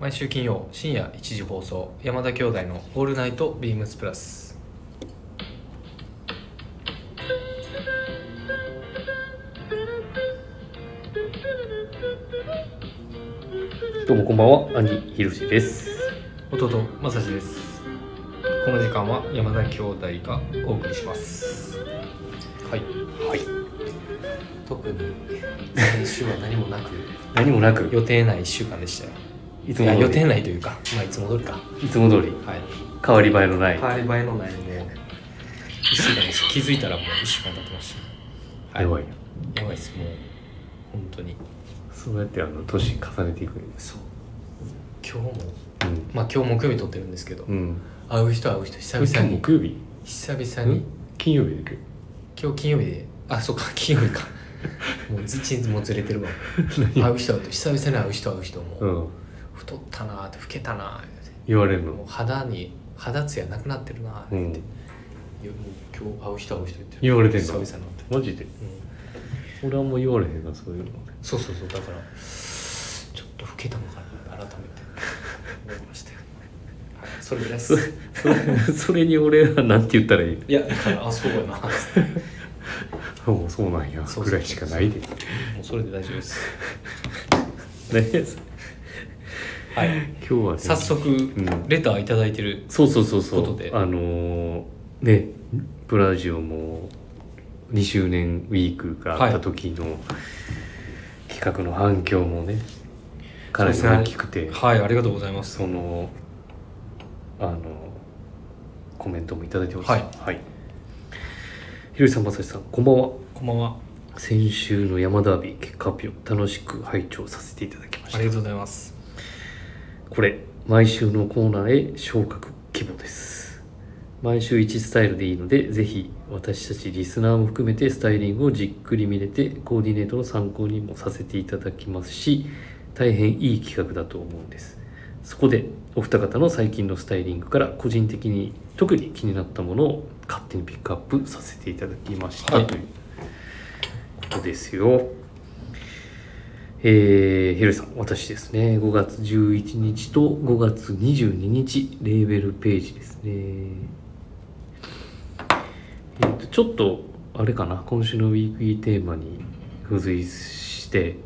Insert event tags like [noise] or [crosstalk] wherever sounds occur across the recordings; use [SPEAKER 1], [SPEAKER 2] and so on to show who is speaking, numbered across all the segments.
[SPEAKER 1] 毎週金曜深夜1時放送山田兄弟の「オールナイトビームスプラス」
[SPEAKER 2] どうもこんばんは、兄ひろしです。
[SPEAKER 1] 弟まさしですこの時間は山田兄弟がお送りしますはい
[SPEAKER 2] はい。
[SPEAKER 1] 特に先週は何もなく [laughs]
[SPEAKER 2] 何もなく、
[SPEAKER 1] 予定ない1週間でしたよ
[SPEAKER 2] いつ
[SPEAKER 1] い
[SPEAKER 2] も
[SPEAKER 1] や
[SPEAKER 2] 通り
[SPEAKER 1] 予定ないというかまあいつも通りか
[SPEAKER 2] いつも通り
[SPEAKER 1] はい
[SPEAKER 2] 変わり映えのない。
[SPEAKER 1] 変わり映えのないもう1週間でした気づいたらもう1週間経ってました
[SPEAKER 2] やばいよ。
[SPEAKER 1] やばいですもう本当に
[SPEAKER 2] そうやってあの年重ねていくんです。
[SPEAKER 1] そう今日もまあ今日木曜日撮ってるんですけど、
[SPEAKER 2] うん。うん。
[SPEAKER 1] 会う人会う人久
[SPEAKER 2] 今日
[SPEAKER 1] 々に
[SPEAKER 2] 木曜日？
[SPEAKER 1] 久々に
[SPEAKER 2] ん金曜日だっけ？
[SPEAKER 1] 今日金曜日であそうか [laughs] 金曜日かもうずちんずもうずれてるわ会う人会う人久々に会う人会う人も、
[SPEAKER 2] うん。
[SPEAKER 1] 太ったなーって老けたなーって
[SPEAKER 2] 言われる
[SPEAKER 1] も
[SPEAKER 2] の。
[SPEAKER 1] う肌に肌ツヤなくなってるなーって、
[SPEAKER 2] う
[SPEAKER 1] い
[SPEAKER 2] ん。
[SPEAKER 1] やもう今日会う人会う人言ってる
[SPEAKER 2] 言われてん
[SPEAKER 1] 久
[SPEAKER 2] の
[SPEAKER 1] 々に会って、
[SPEAKER 2] マジで？
[SPEAKER 1] うん、
[SPEAKER 2] 俺あんま言われへんなそう [laughs] いうの。
[SPEAKER 1] そうそうそうだからちょっと老けたのかな改めて思いましたよ、はい、それぐらいです
[SPEAKER 2] そ [laughs] れそれそれに俺はなんて言ったらいい
[SPEAKER 1] いやだからあそうやなーって
[SPEAKER 2] もうそうなんや
[SPEAKER 1] そうそう
[SPEAKER 2] ぐらいしかないでね
[SPEAKER 1] もうそれで大丈夫です。 [laughs] はい。
[SPEAKER 2] 今日はね
[SPEAKER 1] 早速
[SPEAKER 2] ん
[SPEAKER 1] レターいただいてる。
[SPEAKER 2] そうそうそうそ
[SPEAKER 1] こと
[SPEAKER 2] う
[SPEAKER 1] で
[SPEAKER 2] あのーねブラジオも2周年ウィークがあった時の企画の反響もね、かなり大きくてそ,、
[SPEAKER 1] はい、ありがとうございます。
[SPEAKER 2] のあのコメントもいただいてます
[SPEAKER 1] はい
[SPEAKER 2] はい、ひろしさんまさしさんこんばんは
[SPEAKER 1] こんばんは。
[SPEAKER 2] 先週の山ダービー結果発表楽しく拝聴させていただきまし
[SPEAKER 1] あ
[SPEAKER 2] た
[SPEAKER 1] りがとうございます。
[SPEAKER 2] これ毎週のコーナーへ昇格希望です毎週1スタイルでいいのでぜひ私たちリスナーも含めてスタイリングをじっくり見れてコーディネートの参考にもさせていただきますし大変いい企画だと思うんですそこでお二方の最近のスタイリングから個人的に特に気になったものを勝手にピックアップさせていただきました、
[SPEAKER 1] はい
[SPEAKER 2] ということですよえー、ひろしさん、私ですね、5月11日と5月22日、レーベルページですね。えーとちょっと、あれかな、今週のウィークリーテーマに付随して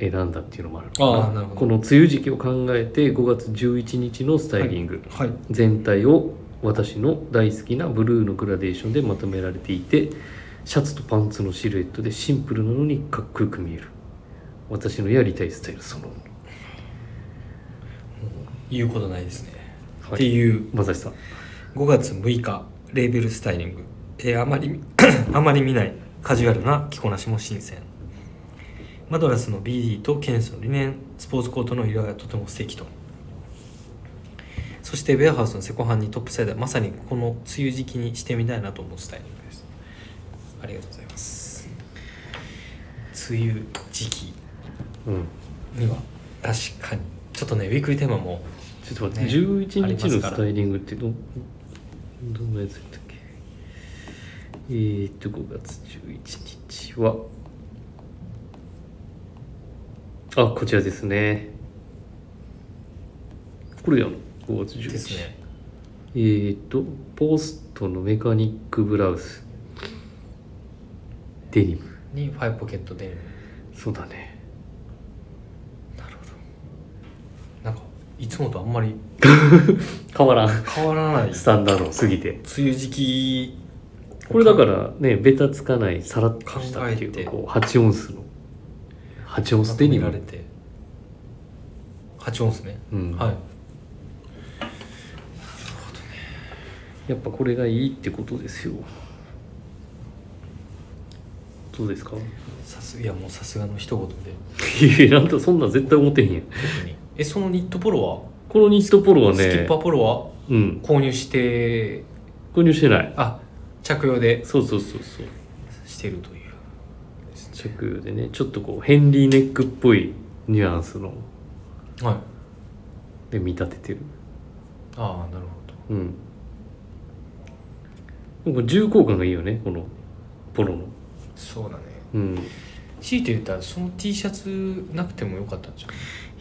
[SPEAKER 2] 選んだっていうのもあるのか
[SPEAKER 1] あーなるほど
[SPEAKER 2] この梅雨時期を考えて、5月11日のスタイリング、
[SPEAKER 1] はい。
[SPEAKER 2] 全体を私の大好きなブルーのグラデーションでまとめられていてシャツとパンツのシルエットでシンプルなのにかっこよく見える私のやりたいスタイルそのも
[SPEAKER 1] 言うことないですね。
[SPEAKER 2] の、は
[SPEAKER 1] って
[SPEAKER 2] い、
[SPEAKER 1] いう
[SPEAKER 2] まさしさん
[SPEAKER 1] 5月6日レーベルスタイリング。えーあまり [coughs] あまり見ないカジュアルな着こなしも新鮮。マドラスの BD とケンスのリネンスポーツコートの色合いはとても素敵と。そしてベアハウスのセコハンにトップサイダーまさにこの梅雨時期にしてみたいなと思うスタイリングですありがとうございます梅雨時期
[SPEAKER 2] うん
[SPEAKER 1] には確かにちょっとねウィークリーテーマも
[SPEAKER 2] ちょっと
[SPEAKER 1] ね
[SPEAKER 2] 待って、
[SPEAKER 1] あり
[SPEAKER 2] 11
[SPEAKER 1] ますか
[SPEAKER 2] 日
[SPEAKER 1] ら
[SPEAKER 2] のスタイリングってどどんなやつだったっけえー、っと5月11日はあこちらですねこれやの5月11日
[SPEAKER 1] ですね
[SPEAKER 2] えー、っとポストのメカニックブラウスデニム
[SPEAKER 1] にファイブポケットデニム
[SPEAKER 2] そうだね
[SPEAKER 1] なるほどなんかいつもとあんまり
[SPEAKER 2] 変わらん
[SPEAKER 1] 変わらない梅
[SPEAKER 2] スタンダードすぎて
[SPEAKER 1] 雨時期
[SPEAKER 2] これだからねベタつかないさらっとしたってい
[SPEAKER 1] 考え
[SPEAKER 2] う
[SPEAKER 1] て
[SPEAKER 2] かこう8オンスの8オンスデニ
[SPEAKER 1] まとめられ
[SPEAKER 2] ム、
[SPEAKER 1] て8音ですね、
[SPEAKER 2] うん
[SPEAKER 1] はい
[SPEAKER 2] やっぱこれがいいってことですよどうですか
[SPEAKER 1] さすいやもうさすがの一言で
[SPEAKER 2] いやなんとそんなん絶対思ってへんやん
[SPEAKER 1] 特 [laughs] にえそのニットポロは
[SPEAKER 2] このニットポロはね
[SPEAKER 1] スキッパーポロは
[SPEAKER 2] うん
[SPEAKER 1] 購入して
[SPEAKER 2] 購入してない
[SPEAKER 1] あ着用で
[SPEAKER 2] そうそうそうそう
[SPEAKER 1] してるというですね
[SPEAKER 2] 着用でねちょっとこうヘンリーネックっぽいニュアンスの
[SPEAKER 1] はい
[SPEAKER 2] で見立ててる
[SPEAKER 1] ああなる
[SPEAKER 2] うんでもこれ重厚感がいいよねこのポロの
[SPEAKER 1] ほどそうだね
[SPEAKER 2] うん
[SPEAKER 1] 強いて言ったらその T シャツなくてもよかったんじゃん
[SPEAKER 2] い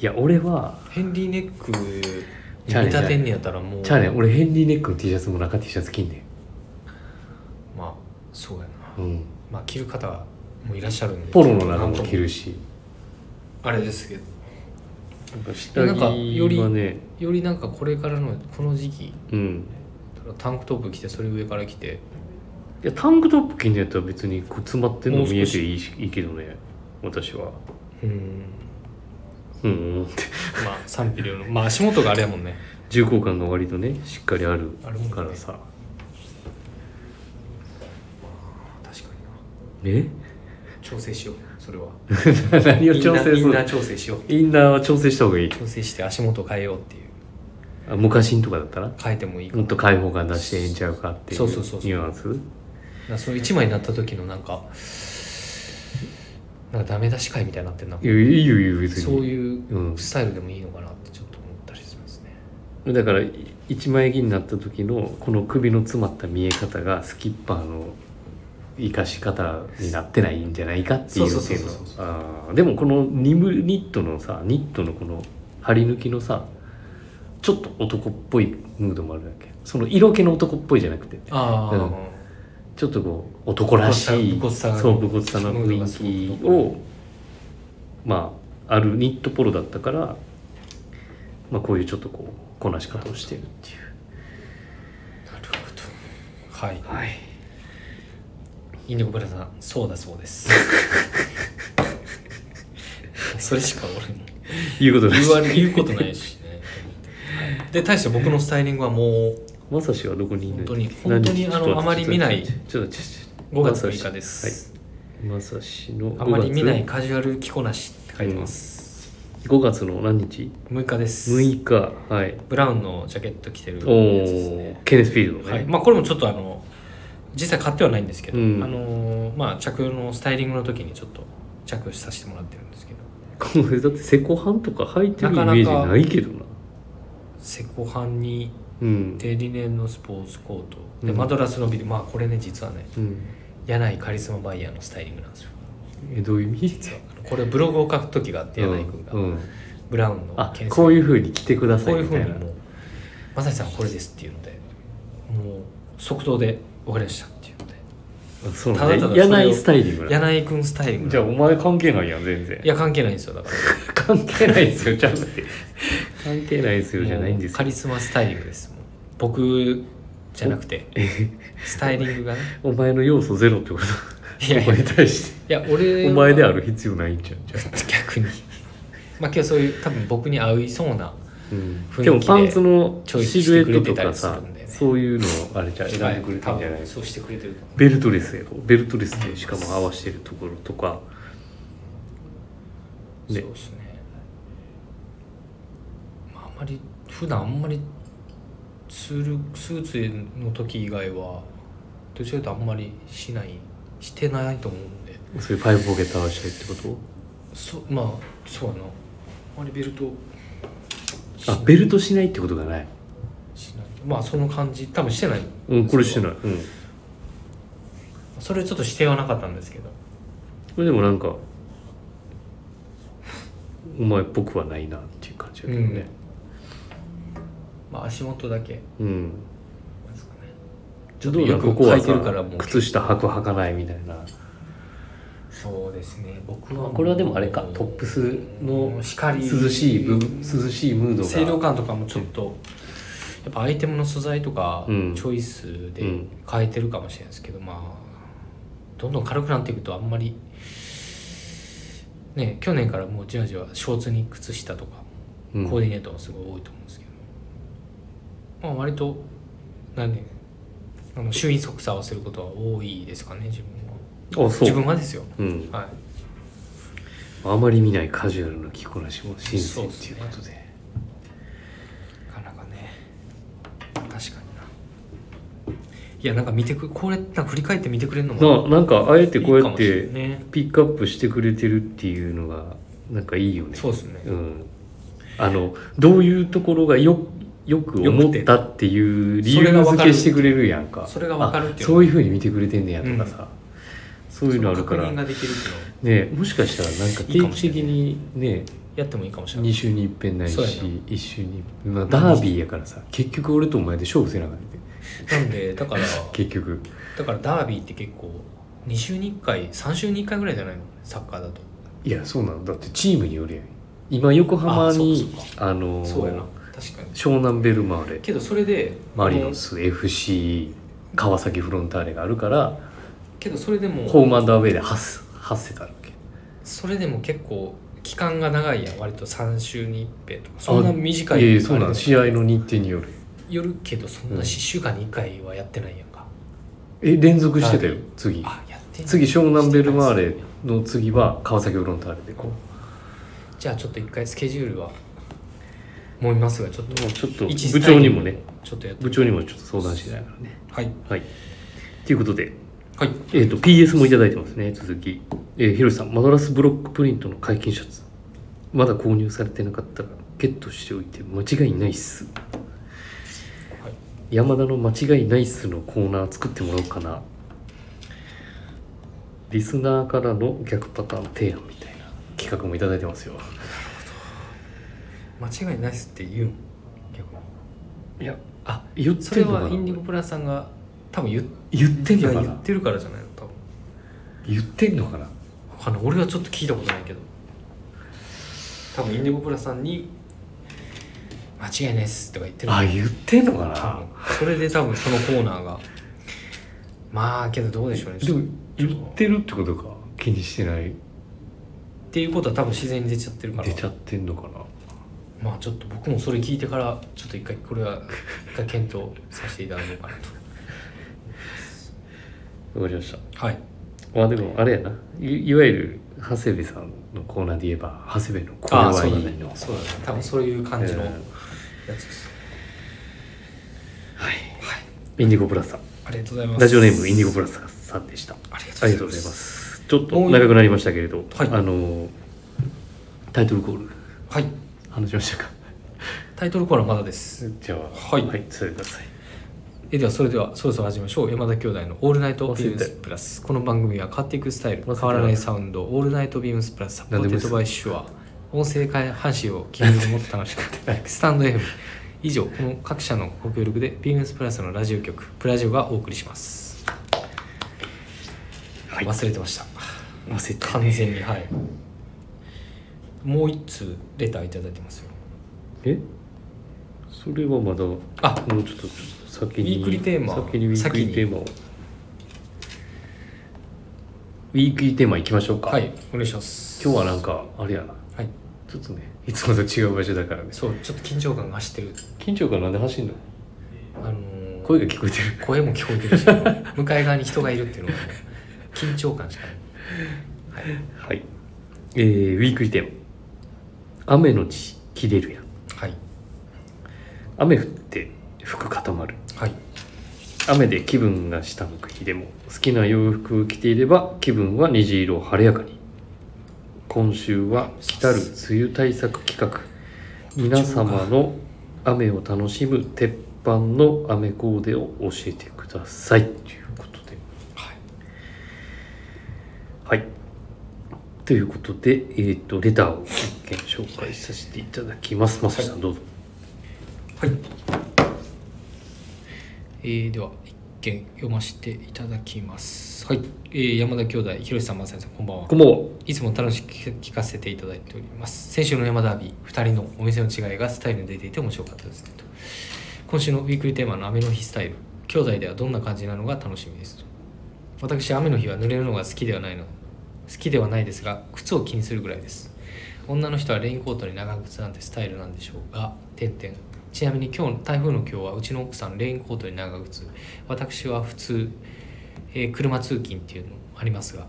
[SPEAKER 2] や俺は
[SPEAKER 1] ヘンリーネック
[SPEAKER 2] チャレ
[SPEAKER 1] 見
[SPEAKER 2] ンジャー
[SPEAKER 1] 立てんねやったらもう
[SPEAKER 2] チャーね俺ヘンリーネックの T シャツも中 T シャツ着んね
[SPEAKER 1] まあそうやな、
[SPEAKER 2] ん、うん、
[SPEAKER 1] まあ着る方もいらっしゃるんで
[SPEAKER 2] ポロの中も着るし
[SPEAKER 1] あれですけど
[SPEAKER 2] なんか下
[SPEAKER 1] なんか
[SPEAKER 2] 着
[SPEAKER 1] よ
[SPEAKER 2] は
[SPEAKER 1] り
[SPEAKER 2] ね
[SPEAKER 1] よりなんかこれからのこの時期
[SPEAKER 2] うん
[SPEAKER 1] タンクトップ着てそれ上から着て
[SPEAKER 2] いやタンクトップ着んのやったら別にこう詰まってんの
[SPEAKER 1] もう少し
[SPEAKER 2] 見えていいしいいけどね私は
[SPEAKER 1] うん
[SPEAKER 2] うんうんって
[SPEAKER 1] まあ賛否両論まあ足元があれやもんね
[SPEAKER 2] 重厚感が割とねしっかりある
[SPEAKER 1] あるもんね
[SPEAKER 2] からさ
[SPEAKER 1] 確かに
[SPEAKER 2] え
[SPEAKER 1] な調整しようそれは
[SPEAKER 2] [laughs] 何を調整する
[SPEAKER 1] インナーインナー調整しよう
[SPEAKER 2] インナーは調整した方がいい
[SPEAKER 1] 調整して足元変えようっていう
[SPEAKER 2] あ昔んとかだったら
[SPEAKER 1] 変えてもいいか
[SPEAKER 2] もっ
[SPEAKER 1] な
[SPEAKER 2] と開放感出してええんちゃうかっていう
[SPEAKER 1] そう
[SPEAKER 2] ニ
[SPEAKER 1] そうそうそう
[SPEAKER 2] ュアンス
[SPEAKER 1] なその一枚になった時のなんかなんかダメ出し会みたいになってんない
[SPEAKER 2] やいいよいいよ別に
[SPEAKER 1] そういう
[SPEAKER 2] うん
[SPEAKER 1] スタイルでもいいのかなってちょっと思ったりしますね
[SPEAKER 2] だからい一枚着になった時のこの首の詰まった見え方がスキッパーの生かし方になってないんじゃないかっていう
[SPEAKER 1] そうそう
[SPEAKER 2] 点
[SPEAKER 1] そう
[SPEAKER 2] の
[SPEAKER 1] そうそう
[SPEAKER 2] あーでもこのニムニットのさニットのこの張り抜きのさちょっと男っぽいムードもあるわけその色気の男っぽいじゃなくて
[SPEAKER 1] ああ、
[SPEAKER 2] うんちょっとこう男らしい
[SPEAKER 1] 武骨さ武骨さ
[SPEAKER 2] そう武骨さの
[SPEAKER 1] ムードがすごく
[SPEAKER 2] 雰囲気をまああるニットポロだったから、まあ、こういうちょっとこうこなし方をしてるっていう。
[SPEAKER 1] なるほどはい
[SPEAKER 2] はい、
[SPEAKER 1] インディゴブラザーそうだそうです [laughs] それしか俺に
[SPEAKER 2] いうことで
[SPEAKER 1] 言
[SPEAKER 2] す
[SPEAKER 1] われ言うことないしねで対して僕のスタイリングはもう
[SPEAKER 2] まさしはどこにいる
[SPEAKER 1] 本当に
[SPEAKER 2] 何
[SPEAKER 1] 本当にあの
[SPEAKER 2] ちょっと
[SPEAKER 1] あまり見ない
[SPEAKER 2] ちょっと待ってちょ
[SPEAKER 1] 5
[SPEAKER 2] っ
[SPEAKER 1] 月
[SPEAKER 2] と待って
[SPEAKER 1] 6日です、
[SPEAKER 2] まさしはいまさしの
[SPEAKER 1] あまり見ない
[SPEAKER 2] 5
[SPEAKER 1] カジュアル着こなしって書いてます、
[SPEAKER 2] 月5月の何日
[SPEAKER 1] 6日です
[SPEAKER 2] 6日はい
[SPEAKER 1] ブラウンのジャケット着てるやつ
[SPEAKER 2] お
[SPEAKER 1] です
[SPEAKER 2] お、
[SPEAKER 1] ね
[SPEAKER 2] ケネスフィールドね、
[SPEAKER 1] はいまあ、これもちょっとあの実際買ってはないんですけど、
[SPEAKER 2] うん
[SPEAKER 1] あのーまあ、着用のスタイリングの時にちょっと着用させてもらってるんですけど
[SPEAKER 2] これ [laughs] だってセコハンとか履いてるイ
[SPEAKER 1] なかな
[SPEAKER 2] メ
[SPEAKER 1] か
[SPEAKER 2] ージないけどな
[SPEAKER 1] セコハンに
[SPEAKER 2] うん
[SPEAKER 1] デリネンのスポーツコート
[SPEAKER 2] うん
[SPEAKER 1] でマドラスのビルまあこれね実はね
[SPEAKER 2] うん
[SPEAKER 1] 柳井カリスマバイヤーのスタイリングなんですよ
[SPEAKER 2] えどういう意味
[SPEAKER 1] 実はあのこれブログを書く時があって柳井君が、
[SPEAKER 2] うんうん
[SPEAKER 1] ブラウンの
[SPEAKER 2] あ
[SPEAKER 1] 検索
[SPEAKER 2] こういうふうに来てくだ
[SPEAKER 1] こ
[SPEAKER 2] さいう
[SPEAKER 1] いうふ
[SPEAKER 2] み
[SPEAKER 1] う
[SPEAKER 2] た
[SPEAKER 1] に
[SPEAKER 2] いな
[SPEAKER 1] もう「まさしさんはこれです」っていうのでもう即答で「分かりました」っていうので
[SPEAKER 2] あそう
[SPEAKER 1] ただただ
[SPEAKER 2] な
[SPEAKER 1] そ
[SPEAKER 2] ん
[SPEAKER 1] れ
[SPEAKER 2] だ
[SPEAKER 1] を
[SPEAKER 2] 柳井スタイリングな
[SPEAKER 1] 柳井君スタイリング
[SPEAKER 2] じゃあお前関係ないやん全然
[SPEAKER 1] いや関係ないんですよだから
[SPEAKER 2] 関係ないですよじゃなくて関係ないですよじゃないんです
[SPEAKER 1] もうカ
[SPEAKER 2] よ
[SPEAKER 1] リスマスタイリングですもう僕じゃなくてスタイリングがね
[SPEAKER 2] お前の要素ゼロってこと
[SPEAKER 1] いやい
[SPEAKER 2] お
[SPEAKER 1] や
[SPEAKER 2] 前に対し
[SPEAKER 1] い
[SPEAKER 2] て
[SPEAKER 1] や俺は
[SPEAKER 2] お前である必要ないんちゃうじゃ
[SPEAKER 1] [laughs] 逆にまあ今日そういう多分僕に合いそうな
[SPEAKER 2] う
[SPEAKER 1] 雰囲気で
[SPEAKER 2] ん、でもパンツの
[SPEAKER 1] チョイス
[SPEAKER 2] シ
[SPEAKER 1] して
[SPEAKER 2] ルエ
[SPEAKER 1] くれ
[SPEAKER 2] ッ
[SPEAKER 1] て
[SPEAKER 2] トと
[SPEAKER 1] たり
[SPEAKER 2] か
[SPEAKER 1] する
[SPEAKER 2] さ、
[SPEAKER 1] んだよね
[SPEAKER 2] そういうのをあれじゃあ選んでくれたんじゃない
[SPEAKER 1] そうしてくれてると思
[SPEAKER 2] ベルトレスやろベルトレスでしかも合わせてるところとか
[SPEAKER 1] う
[SPEAKER 2] ね
[SPEAKER 1] そうですねまああんまり普段あんまりツールスーツの時以外はどちらかというとあんまりしないしてないと思うんで
[SPEAKER 2] そういうパイプポケット合わせたりってこ
[SPEAKER 1] そまあそうやなあんまりベルト
[SPEAKER 2] とあベルトしないってことがない
[SPEAKER 1] しないまあその感じ多分してない
[SPEAKER 2] うんこれしてないいうん
[SPEAKER 1] それちょっとしてはなかったんですけど
[SPEAKER 2] これでもなんかお前っぽくはないなっていう感じだけどね
[SPEAKER 1] まあ足元だけ
[SPEAKER 2] うん、
[SPEAKER 1] なんですかね
[SPEAKER 2] ちょ
[SPEAKER 1] っ
[SPEAKER 2] っ
[SPEAKER 1] と
[SPEAKER 2] と
[SPEAKER 1] よ
[SPEAKER 2] よ
[SPEAKER 1] く
[SPEAKER 2] くここは
[SPEAKER 1] 履いてるから
[SPEAKER 2] さ
[SPEAKER 1] もう
[SPEAKER 2] 靴下履く履かないみたいな
[SPEAKER 1] そうですね僕は
[SPEAKER 2] ま
[SPEAKER 1] も
[SPEAKER 2] あ
[SPEAKER 1] う
[SPEAKER 2] これはでもあれかトップスの
[SPEAKER 1] 光
[SPEAKER 2] 涼しい部分涼しいムードが
[SPEAKER 1] 清涼感とかもちょっとやっぱアイテムの素材とかチ
[SPEAKER 2] うん
[SPEAKER 1] ョイスで
[SPEAKER 2] うん
[SPEAKER 1] 変えてるかもしれないですけど、まあどんどん軽くなっていくとあんまりね去年からもうじわじわショーツに靴下とか
[SPEAKER 2] うん
[SPEAKER 1] コーディネートもすごい多いと思うんですけど、まあ割と何年あの周囲即差をすることは多いですかね自分は
[SPEAKER 2] あそう
[SPEAKER 1] 自分はですよ
[SPEAKER 2] うん、
[SPEAKER 1] は
[SPEAKER 2] あまり見ないカジュアルな着こなしも新鮮っていうこと
[SPEAKER 1] そう
[SPEAKER 2] で
[SPEAKER 1] いなかなかね確かにないやなんか見てくこれなんか振り返って見てくれるのも
[SPEAKER 2] ななんかあえ
[SPEAKER 1] い
[SPEAKER 2] て
[SPEAKER 1] い
[SPEAKER 2] こう
[SPEAKER 1] か
[SPEAKER 2] やっ
[SPEAKER 1] もしれない
[SPEAKER 2] て
[SPEAKER 1] ね
[SPEAKER 2] ピックアップしてくれてるっていうのがなんかいいよね
[SPEAKER 1] そうですね、
[SPEAKER 2] うん、あのどういうところがよよく思ったっていう理由付けしてくれるやんか
[SPEAKER 1] それが分かるっていう
[SPEAKER 2] あそういうふうに見てくれてんねやとかさ、そういうのあるか
[SPEAKER 1] そ
[SPEAKER 2] ら
[SPEAKER 1] 確認
[SPEAKER 2] ね
[SPEAKER 1] ができるっていうのは
[SPEAKER 2] もしかしたらなんか定期的にね
[SPEAKER 1] やってもいいかもしれな
[SPEAKER 2] 2
[SPEAKER 1] い
[SPEAKER 2] 週に一遍ないし
[SPEAKER 1] そうやな
[SPEAKER 2] 1週に一遍、まあ、ダービーやからさ結局俺とお前で勝負せなあかんねんて
[SPEAKER 1] なんでだから
[SPEAKER 2] 結局
[SPEAKER 1] だからダービーって結構2週に1回3週に1回ぐらいじゃないのサッカーだと
[SPEAKER 2] いやそうなのだってチームによるやん今横浜に
[SPEAKER 1] あそうかそう
[SPEAKER 2] あのー
[SPEAKER 1] そうやな確かに
[SPEAKER 2] 湘南ベルマーレ
[SPEAKER 1] けどそれで
[SPEAKER 2] マリノス FC 川崎フロンターレがあるから
[SPEAKER 1] けどそれでも
[SPEAKER 2] ホームアンドアウェイで 8, 8節あるわけ
[SPEAKER 1] それでも結構期間が長いやん割と3週に1遍とかそんな短い
[SPEAKER 2] ややそうなん試合の
[SPEAKER 1] に
[SPEAKER 2] 日程による
[SPEAKER 1] よるけどそん
[SPEAKER 2] う
[SPEAKER 1] なん1週間に1回はやってないやんか、
[SPEAKER 2] え連続してたよ次
[SPEAKER 1] あやってんの
[SPEAKER 2] 次湘南ベルマーレの次は川崎フロンターレでこう
[SPEAKER 1] じゃあちょっと一回スケジュールは思いますがちょっと
[SPEAKER 2] もうちょっと
[SPEAKER 1] 一
[SPEAKER 2] 部長にもね
[SPEAKER 1] ちょっとやって
[SPEAKER 2] 部長にもちょっと相談しながらね
[SPEAKER 1] はい
[SPEAKER 2] はいということで
[SPEAKER 1] はい
[SPEAKER 2] えー、と PS もいただいてますね続き、えー、ひろしさんマドラスブロックプリントの解禁シャツまだ購入されてなかったらゲットしておいて間違いないっす、
[SPEAKER 1] はい
[SPEAKER 2] 山田の「間違いないっす」のコーナー作ってもらおうかなリスナーからの逆パターン提案みたいな企画もいただいてますよ
[SPEAKER 1] 間違いないっすって言うん逆に
[SPEAKER 2] いや
[SPEAKER 1] あ
[SPEAKER 2] 言っ
[SPEAKER 1] そ
[SPEAKER 2] て
[SPEAKER 1] れ
[SPEAKER 2] んのか
[SPEAKER 1] は
[SPEAKER 2] な
[SPEAKER 1] インディゴプラスさんが多分言っ
[SPEAKER 2] 言ってんの
[SPEAKER 1] いや
[SPEAKER 2] か
[SPEAKER 1] 言
[SPEAKER 2] な
[SPEAKER 1] ってるからじゃないの多分
[SPEAKER 2] 言ってんのかな
[SPEAKER 1] わかんない俺はちょっと聞いたことないけど多分インディゴプラさんに「間違いないっす」とか言ってる
[SPEAKER 2] あ言ってんのか
[SPEAKER 1] 多
[SPEAKER 2] な
[SPEAKER 1] 分それで多分そのコーナーがまあけどどうでしょうね
[SPEAKER 2] で
[SPEAKER 1] ちょっ
[SPEAKER 2] も
[SPEAKER 1] と
[SPEAKER 2] 言ってるってことか気にしてない
[SPEAKER 1] っていうことは多分自然に出ちゃってるから
[SPEAKER 2] 出ちゃってんのかな
[SPEAKER 1] まあちょっと僕もそれ聞いてからちょっと一回これは一回検討させていただこうかな
[SPEAKER 2] わかりました
[SPEAKER 1] とはい
[SPEAKER 2] まあでもあれやないいわゆる長谷部さんのコーナーで言えば長谷部のこれ
[SPEAKER 1] ああ
[SPEAKER 2] は
[SPEAKER 1] そう
[SPEAKER 2] い
[SPEAKER 1] だ
[SPEAKER 2] い
[SPEAKER 1] ね
[SPEAKER 2] の
[SPEAKER 1] そうだね多分そういう感じの
[SPEAKER 2] え
[SPEAKER 1] や
[SPEAKER 2] ー
[SPEAKER 1] つです、
[SPEAKER 2] はい
[SPEAKER 1] はい
[SPEAKER 2] インディゴプラスさん
[SPEAKER 1] ありがとうございます
[SPEAKER 2] ラジオネームインディゴプラスさんでした
[SPEAKER 1] あり
[SPEAKER 2] あり
[SPEAKER 1] がとう
[SPEAKER 2] がとう
[SPEAKER 1] ご
[SPEAKER 2] ご
[SPEAKER 1] ざ
[SPEAKER 2] ざ
[SPEAKER 1] い
[SPEAKER 2] い
[SPEAKER 1] ま
[SPEAKER 2] ますすちょっと長くなりましたけれど、
[SPEAKER 1] はい
[SPEAKER 2] あのタイトルコール
[SPEAKER 1] はい
[SPEAKER 2] 話しましたか
[SPEAKER 1] タイトルコーナーまだです
[SPEAKER 2] じゃあ
[SPEAKER 1] はい
[SPEAKER 2] はい、それください
[SPEAKER 1] えではそれではそろそろ始めましょう山田兄弟の「オールナイトビームスプラス」この番組は変わっていくスタイル
[SPEAKER 2] 忘れ
[SPEAKER 1] 変
[SPEAKER 2] て
[SPEAKER 1] わらないサウンド「オールナイトビームスプラス」サポーテッドバイシュア音声会半紙を君にもっと楽
[SPEAKER 2] [laughs]
[SPEAKER 1] しくスタンド FM 以上この各社のご協力でビームスプラスのラジオ局プラジオがお送りします、
[SPEAKER 2] はい
[SPEAKER 1] 忘れてました
[SPEAKER 2] 忘れて
[SPEAKER 1] 完全にはいもう一通レターいただいてますよ
[SPEAKER 2] えそれはまだも
[SPEAKER 1] あ
[SPEAKER 2] うちょっと先に
[SPEAKER 1] ウィークリーテーマ
[SPEAKER 2] 先にウィークリーテーマをウィークリーテーマいきましょうか
[SPEAKER 1] はいお願いします
[SPEAKER 2] 今日はなんかあれやな
[SPEAKER 1] はい
[SPEAKER 2] ちょっとねいつもと違う場所だからね
[SPEAKER 1] そうちょっと緊張感が走ってる
[SPEAKER 2] 緊張感なんで走んの
[SPEAKER 1] あのー
[SPEAKER 2] 声が聞こえてる
[SPEAKER 1] 声も聞こえてるし向かい側に人がいるっていうのがもう緊張感しかない、 [laughs] はい
[SPEAKER 2] はいえー、ウィークリーテーマ雨のち切れるやん
[SPEAKER 1] はい
[SPEAKER 2] 雨降って服固まる
[SPEAKER 1] はい
[SPEAKER 2] 雨で気分が下向く日でも好きな洋服を着ていれば気分は虹色を晴れやかに今週は来たる梅雨対策企画皆様の雨を楽しむ鉄板の雨コーデを教えてくださいということで
[SPEAKER 1] はい
[SPEAKER 2] はいということで、えー、とレターを一件紹介させていただきますまさしさんどうぞ
[SPEAKER 1] はい、えーでは一件読ませていただきますはい、えー山田兄弟広瀬さん正也さんこんばんは
[SPEAKER 2] こんばんはい
[SPEAKER 1] つも楽しく聞かせていただいております先週の山ダービー2人のお店の違いがスタイルに出ていて面白かったですねと今週のウィークリーテーマの雨の日スタイル兄弟ではどんな感じなのが楽しみですと私雨の日は濡れるのが好きではないの好きではないですが靴を気にするぐらいです女の人はレインコートに長靴なんてスタイルなんでしょうが点々ちなみに今日台風の今日はうちの奥さんレインコートに長靴私は普通、えー車通勤っていうのもありますが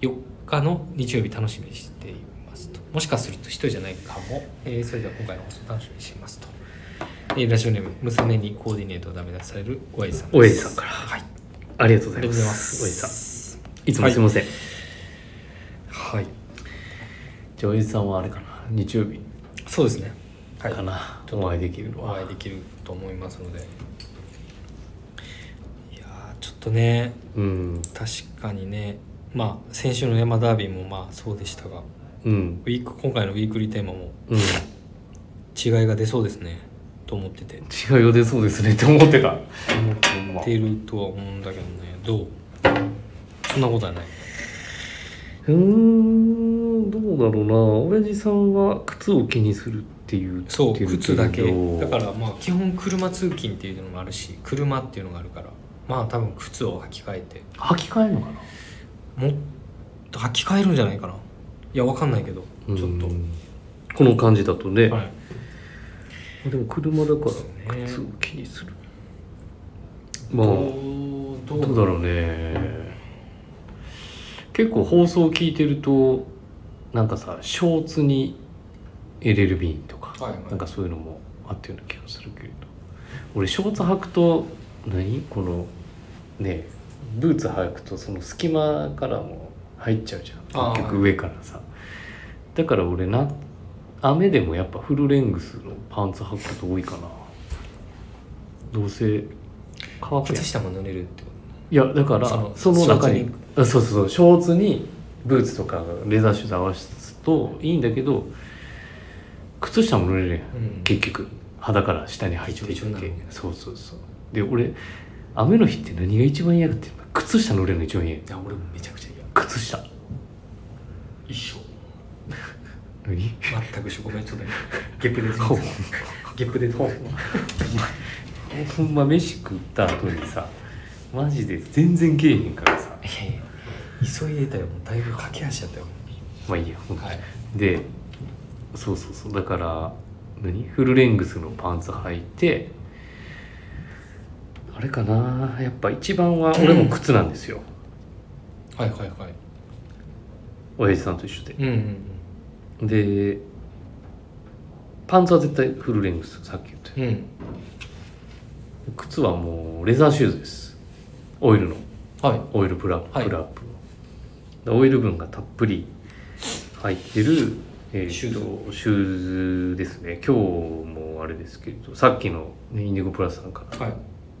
[SPEAKER 1] 4日の日曜日楽しみにしていますともしかすると一人じゃないかも、えーそれでは今回の放送楽しみにしていますと、えーラジオネーム娘にコーディネートをダメ出しされるおやじさんです
[SPEAKER 2] おやじさんから
[SPEAKER 1] はい
[SPEAKER 2] ありがとう
[SPEAKER 1] あ
[SPEAKER 2] ござ
[SPEAKER 1] り
[SPEAKER 2] い
[SPEAKER 1] がとう
[SPEAKER 2] ま
[SPEAKER 1] ご
[SPEAKER 2] す
[SPEAKER 1] ざいます
[SPEAKER 2] おやじさんいつもすいませんはい、じゃあおやじさんはあれかな日曜日
[SPEAKER 1] そうですねはい
[SPEAKER 2] かな、お会いできるの
[SPEAKER 1] お
[SPEAKER 2] は
[SPEAKER 1] 会いできると思いますのでいやーちょっとね
[SPEAKER 2] うん
[SPEAKER 1] 確かにねまあ先週の山ダービーもまあそうでしたが
[SPEAKER 2] うん
[SPEAKER 1] ウィーク今回のウィークリーテーマも
[SPEAKER 2] うん
[SPEAKER 1] 違いが出そうですねと思ってて
[SPEAKER 2] 違いが出そうですねって思ってた思ってほんま
[SPEAKER 1] 出るとは思うんだけどねどうそんなことはないう
[SPEAKER 2] ーんどうだろうな親父さんは靴を気にするって言ってる
[SPEAKER 1] そう
[SPEAKER 2] けど
[SPEAKER 1] 靴だけだからまあ基本車通勤っていうのもあるし車っていうのがあるからまあ多分靴を履き替えて
[SPEAKER 2] 履き替えるのかな
[SPEAKER 1] もっと履き替えるんじゃないかないやわかんないけどちょっと、
[SPEAKER 2] うんこの感じだとね、
[SPEAKER 1] はい
[SPEAKER 2] でも車だか
[SPEAKER 1] そう
[SPEAKER 2] ら
[SPEAKER 1] ね
[SPEAKER 2] 靴を気にする、まあ
[SPEAKER 1] ど
[SPEAKER 2] どうだろうね結構放送聞いてるとなんかさショーツにエレルビーンとか、
[SPEAKER 1] はいはい
[SPEAKER 2] なんかそういうのもあったような気がするけれど俺ショーツ履くと何このねブーツ履くとその隙間からも入っちゃうじゃ
[SPEAKER 1] あ
[SPEAKER 2] ん
[SPEAKER 1] ー
[SPEAKER 2] 結局上からさだから俺な雨でもやっぱフルレングスのパンツ履くこと多いかなどうせ乾くやん
[SPEAKER 1] 靴下も濡れるってこ
[SPEAKER 2] いやだから
[SPEAKER 1] そ
[SPEAKER 2] そ
[SPEAKER 1] の
[SPEAKER 2] の中
[SPEAKER 1] ショー
[SPEAKER 2] に
[SPEAKER 1] ツに
[SPEAKER 2] あそうそうそうショーツにブーツとかレザーシューズ合わせるといいんだけど靴下も濡れるやん
[SPEAKER 1] と、うん
[SPEAKER 2] 結局肌から下に入って
[SPEAKER 1] 一緒
[SPEAKER 2] い
[SPEAKER 1] 一緒
[SPEAKER 2] っ
[SPEAKER 1] になる
[SPEAKER 2] て
[SPEAKER 1] もんね
[SPEAKER 2] そうそうそうで俺雨の日って何が一番嫌かって靴下濡れるの一番嫌や
[SPEAKER 1] いや俺めちゃくちゃ嫌
[SPEAKER 2] 靴下
[SPEAKER 1] 一緒
[SPEAKER 2] 何
[SPEAKER 1] 全く一緒ごめんちょっとゲップ出て
[SPEAKER 2] ほう
[SPEAKER 1] ゲップ出てます
[SPEAKER 2] ほんま飯食った後にさマジで全然けえへんからさ
[SPEAKER 1] いやいや急いでたよもうだいぶ駆け足やったよ
[SPEAKER 2] まあいいやほんと
[SPEAKER 1] い
[SPEAKER 2] でそうそうそうだから何フルレングスのパンツ履いてあれかなやっぱ一番は俺も靴なんですよ
[SPEAKER 1] はいはいはい
[SPEAKER 2] 親父さんと一緒で
[SPEAKER 1] うんうんうん
[SPEAKER 2] でパンツは絶対フルレングスさっき言ったよ
[SPEAKER 1] うん
[SPEAKER 2] うに靴はもうレザーシューズですオイルの
[SPEAKER 1] はい
[SPEAKER 2] オイルプラプ
[SPEAKER 1] は
[SPEAKER 2] ラ
[SPEAKER 1] い
[SPEAKER 2] ップの、でオイル分がたっぷり入ってる、えーっと
[SPEAKER 1] シ
[SPEAKER 2] シ
[SPEAKER 1] ュ
[SPEAKER 2] ュ
[SPEAKER 1] ー
[SPEAKER 2] ーズですね今日もあれですけれどさっきの、ね、インディゴプラスさんから
[SPEAKER 1] はい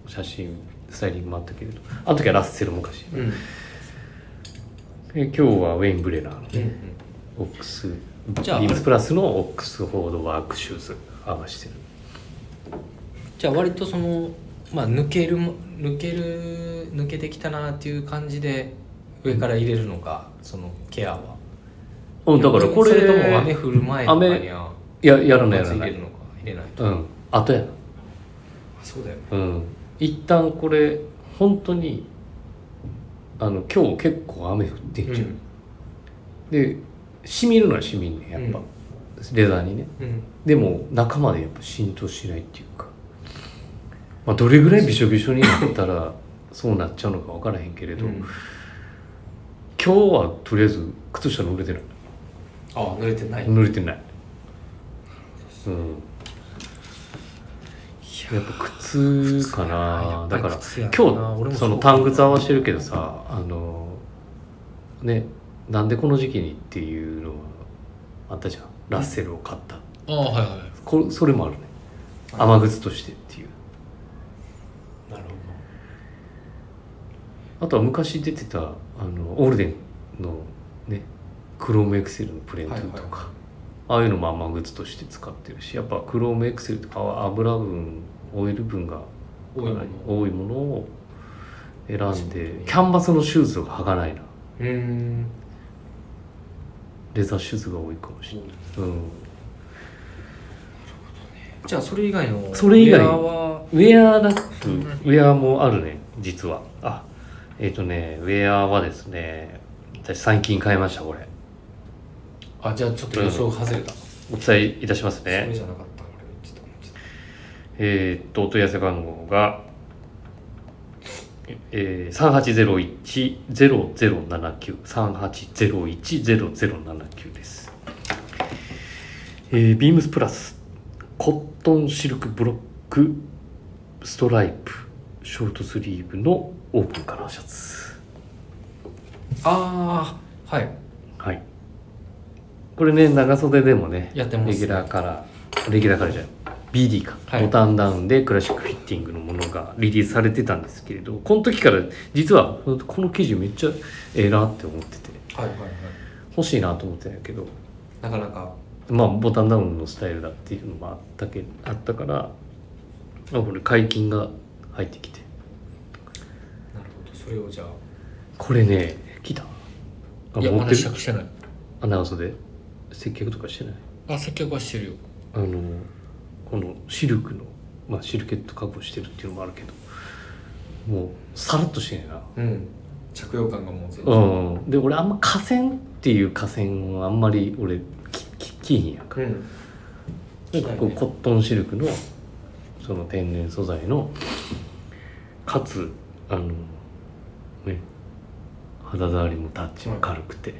[SPEAKER 2] 写真スタイリングもあったけれどあの時はラッセル昔、
[SPEAKER 1] うんうん
[SPEAKER 2] で今日はウェイン・ブレラーの
[SPEAKER 1] う
[SPEAKER 2] ね、
[SPEAKER 1] ん
[SPEAKER 2] オックスビ
[SPEAKER 1] じゃあ
[SPEAKER 2] ームスプラスのオックスフォードワークシューズ合わせてる
[SPEAKER 1] じゃあ割とそのまあ抜けるも抜ける抜けてきたなっていう感じで上から入れるのかそのケアは
[SPEAKER 2] うんだからこれ
[SPEAKER 1] それとも雨降る前とかには
[SPEAKER 2] ややらないや
[SPEAKER 1] まず入
[SPEAKER 2] らな
[SPEAKER 1] れ
[SPEAKER 2] い
[SPEAKER 1] るのか入れないと
[SPEAKER 2] うんあとやな
[SPEAKER 1] そうだよね
[SPEAKER 2] うん一旦これ本当にあの今日結構雨降ってんじゃん、で染みるのは染みんねんやっぱ、レザーにね
[SPEAKER 1] うん
[SPEAKER 2] でも中までやっぱ浸透しないっていうか、まあ、どれぐらいびしょびしょになったらそうなっちゃうのか分からへんけれど、
[SPEAKER 1] うん
[SPEAKER 2] 今日はとりあえず靴下濡れてない
[SPEAKER 1] ああ濡れてない
[SPEAKER 2] 濡れてないうんやっぱ靴かなだから
[SPEAKER 1] 今
[SPEAKER 2] 今日その短
[SPEAKER 1] 靴
[SPEAKER 2] 靴合わせてるけどさあのねなんでこの時期にっていうのはあったじゃんラッセルを買った、
[SPEAKER 1] ああはいは
[SPEAKER 2] こそれもあるね
[SPEAKER 1] はい
[SPEAKER 2] 雨靴としてっていう
[SPEAKER 1] いなるほ
[SPEAKER 2] あとは昔出てたあのオールデンのねクロームエクセルのプレントと
[SPEAKER 1] はい
[SPEAKER 2] か、
[SPEAKER 1] は
[SPEAKER 2] ああいうのも雨靴として使ってるしやっぱクロームエクセルとかは油分オイル分が
[SPEAKER 1] 多いもの
[SPEAKER 2] 多いものを選んでキャンバスのシューズが履かないな
[SPEAKER 1] どうーん
[SPEAKER 2] レザーシューズが多いかもしれない、うん、
[SPEAKER 1] じゃあそれ以外の
[SPEAKER 2] それ以外
[SPEAKER 1] ウェアは
[SPEAKER 2] ウェアだとウェアもあるね実はあえっ、とねウェアはですね私最近買いましたこれ
[SPEAKER 1] あじゃあちょっと予想外れた
[SPEAKER 2] お伝えいたします
[SPEAKER 1] それ
[SPEAKER 2] ね
[SPEAKER 1] じゃなかった俺ちょっと待って
[SPEAKER 2] えっ、とお問い合わせ番号が、えー、3801-00793801-0079ですえー、ビームスプラスコットンシルクブロックストライプショートスリーブのオープンカラーシャツ
[SPEAKER 1] ああはい
[SPEAKER 2] はいこれね長袖でもね
[SPEAKER 1] やってます
[SPEAKER 2] レギュラーカラーレギュラーカラーじゃない BD か、
[SPEAKER 1] はい
[SPEAKER 2] ボタンダウンでクラシックフィッティングのものがリリースされてたんですけれどこの時から実はこの生地めっちゃええなって思ってて
[SPEAKER 1] はいはいはい
[SPEAKER 2] 欲しいなと思ってたんやけど
[SPEAKER 1] なかなか
[SPEAKER 2] まあボタンダウンのスタイルだっていうのもあったけあったからあこれ解禁が入ってきて
[SPEAKER 1] なるほどそれをじゃ
[SPEAKER 2] これね来た
[SPEAKER 1] あ
[SPEAKER 2] あ
[SPEAKER 1] いや
[SPEAKER 2] 持
[SPEAKER 1] ま
[SPEAKER 2] っ
[SPEAKER 1] だ
[SPEAKER 2] て
[SPEAKER 1] 試
[SPEAKER 2] る
[SPEAKER 1] 着してない
[SPEAKER 2] アナウンスで接客とかしてない
[SPEAKER 1] あ接客はしてるよ
[SPEAKER 2] あのこのシルクの、まあ、シルケット加工してるっていうのもあるけどもうさらっとしてないな
[SPEAKER 1] うん着用感がもう全然
[SPEAKER 2] うんで俺あんま河川っていう河川はあんまり俺きききいひんやんか
[SPEAKER 1] うん
[SPEAKER 2] でここコットンシルクのその天然素材のかつあのね肌触りもタッチも軽くて、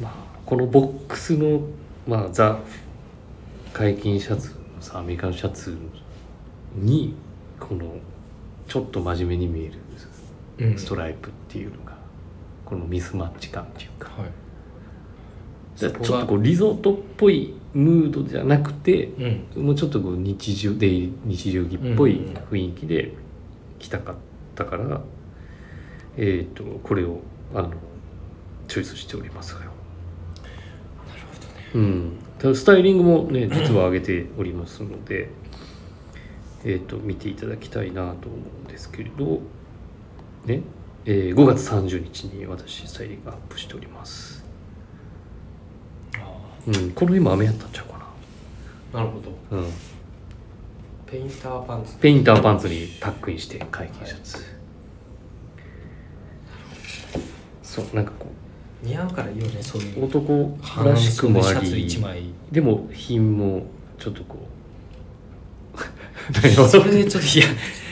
[SPEAKER 2] まあ、このボックスの、まあ、ザ解禁シャツのさアメリカンシャツにこのちょっと真面目に見える
[SPEAKER 1] うん
[SPEAKER 2] ストライプっていうのが、このミスマッチ感っていうか
[SPEAKER 1] はい
[SPEAKER 2] ちょっ
[SPEAKER 1] そこが
[SPEAKER 2] とこうリゾートっぽいムードじゃなくて
[SPEAKER 1] うん
[SPEAKER 2] もうちょっとこう日常で日常着っぽい
[SPEAKER 1] うんうん
[SPEAKER 2] 雰囲気で来たかったから、えっ、とこれをあのチョイスしておりますよ、
[SPEAKER 1] なるほどね
[SPEAKER 2] うん、ただスタイリングもね実は上げておりますのでえっ、と見ていただきたいなと思うんですけれどね、えー5月30日に私スタイリングアップしております、
[SPEAKER 1] あ
[SPEAKER 2] うん、この今雨やったんちゃうか
[SPEAKER 1] あなるほど
[SPEAKER 2] なうん
[SPEAKER 1] ペインターパンツ
[SPEAKER 2] ペインターパンツにタックインして解禁シャツ、そうなんかこ
[SPEAKER 1] 似合うからいいよねそういうう
[SPEAKER 2] 男らしくもあ
[SPEAKER 1] 半袖シャツ一
[SPEAKER 2] り
[SPEAKER 1] 枚
[SPEAKER 2] でも品もちょっとこ
[SPEAKER 1] [laughs] それでちょっといや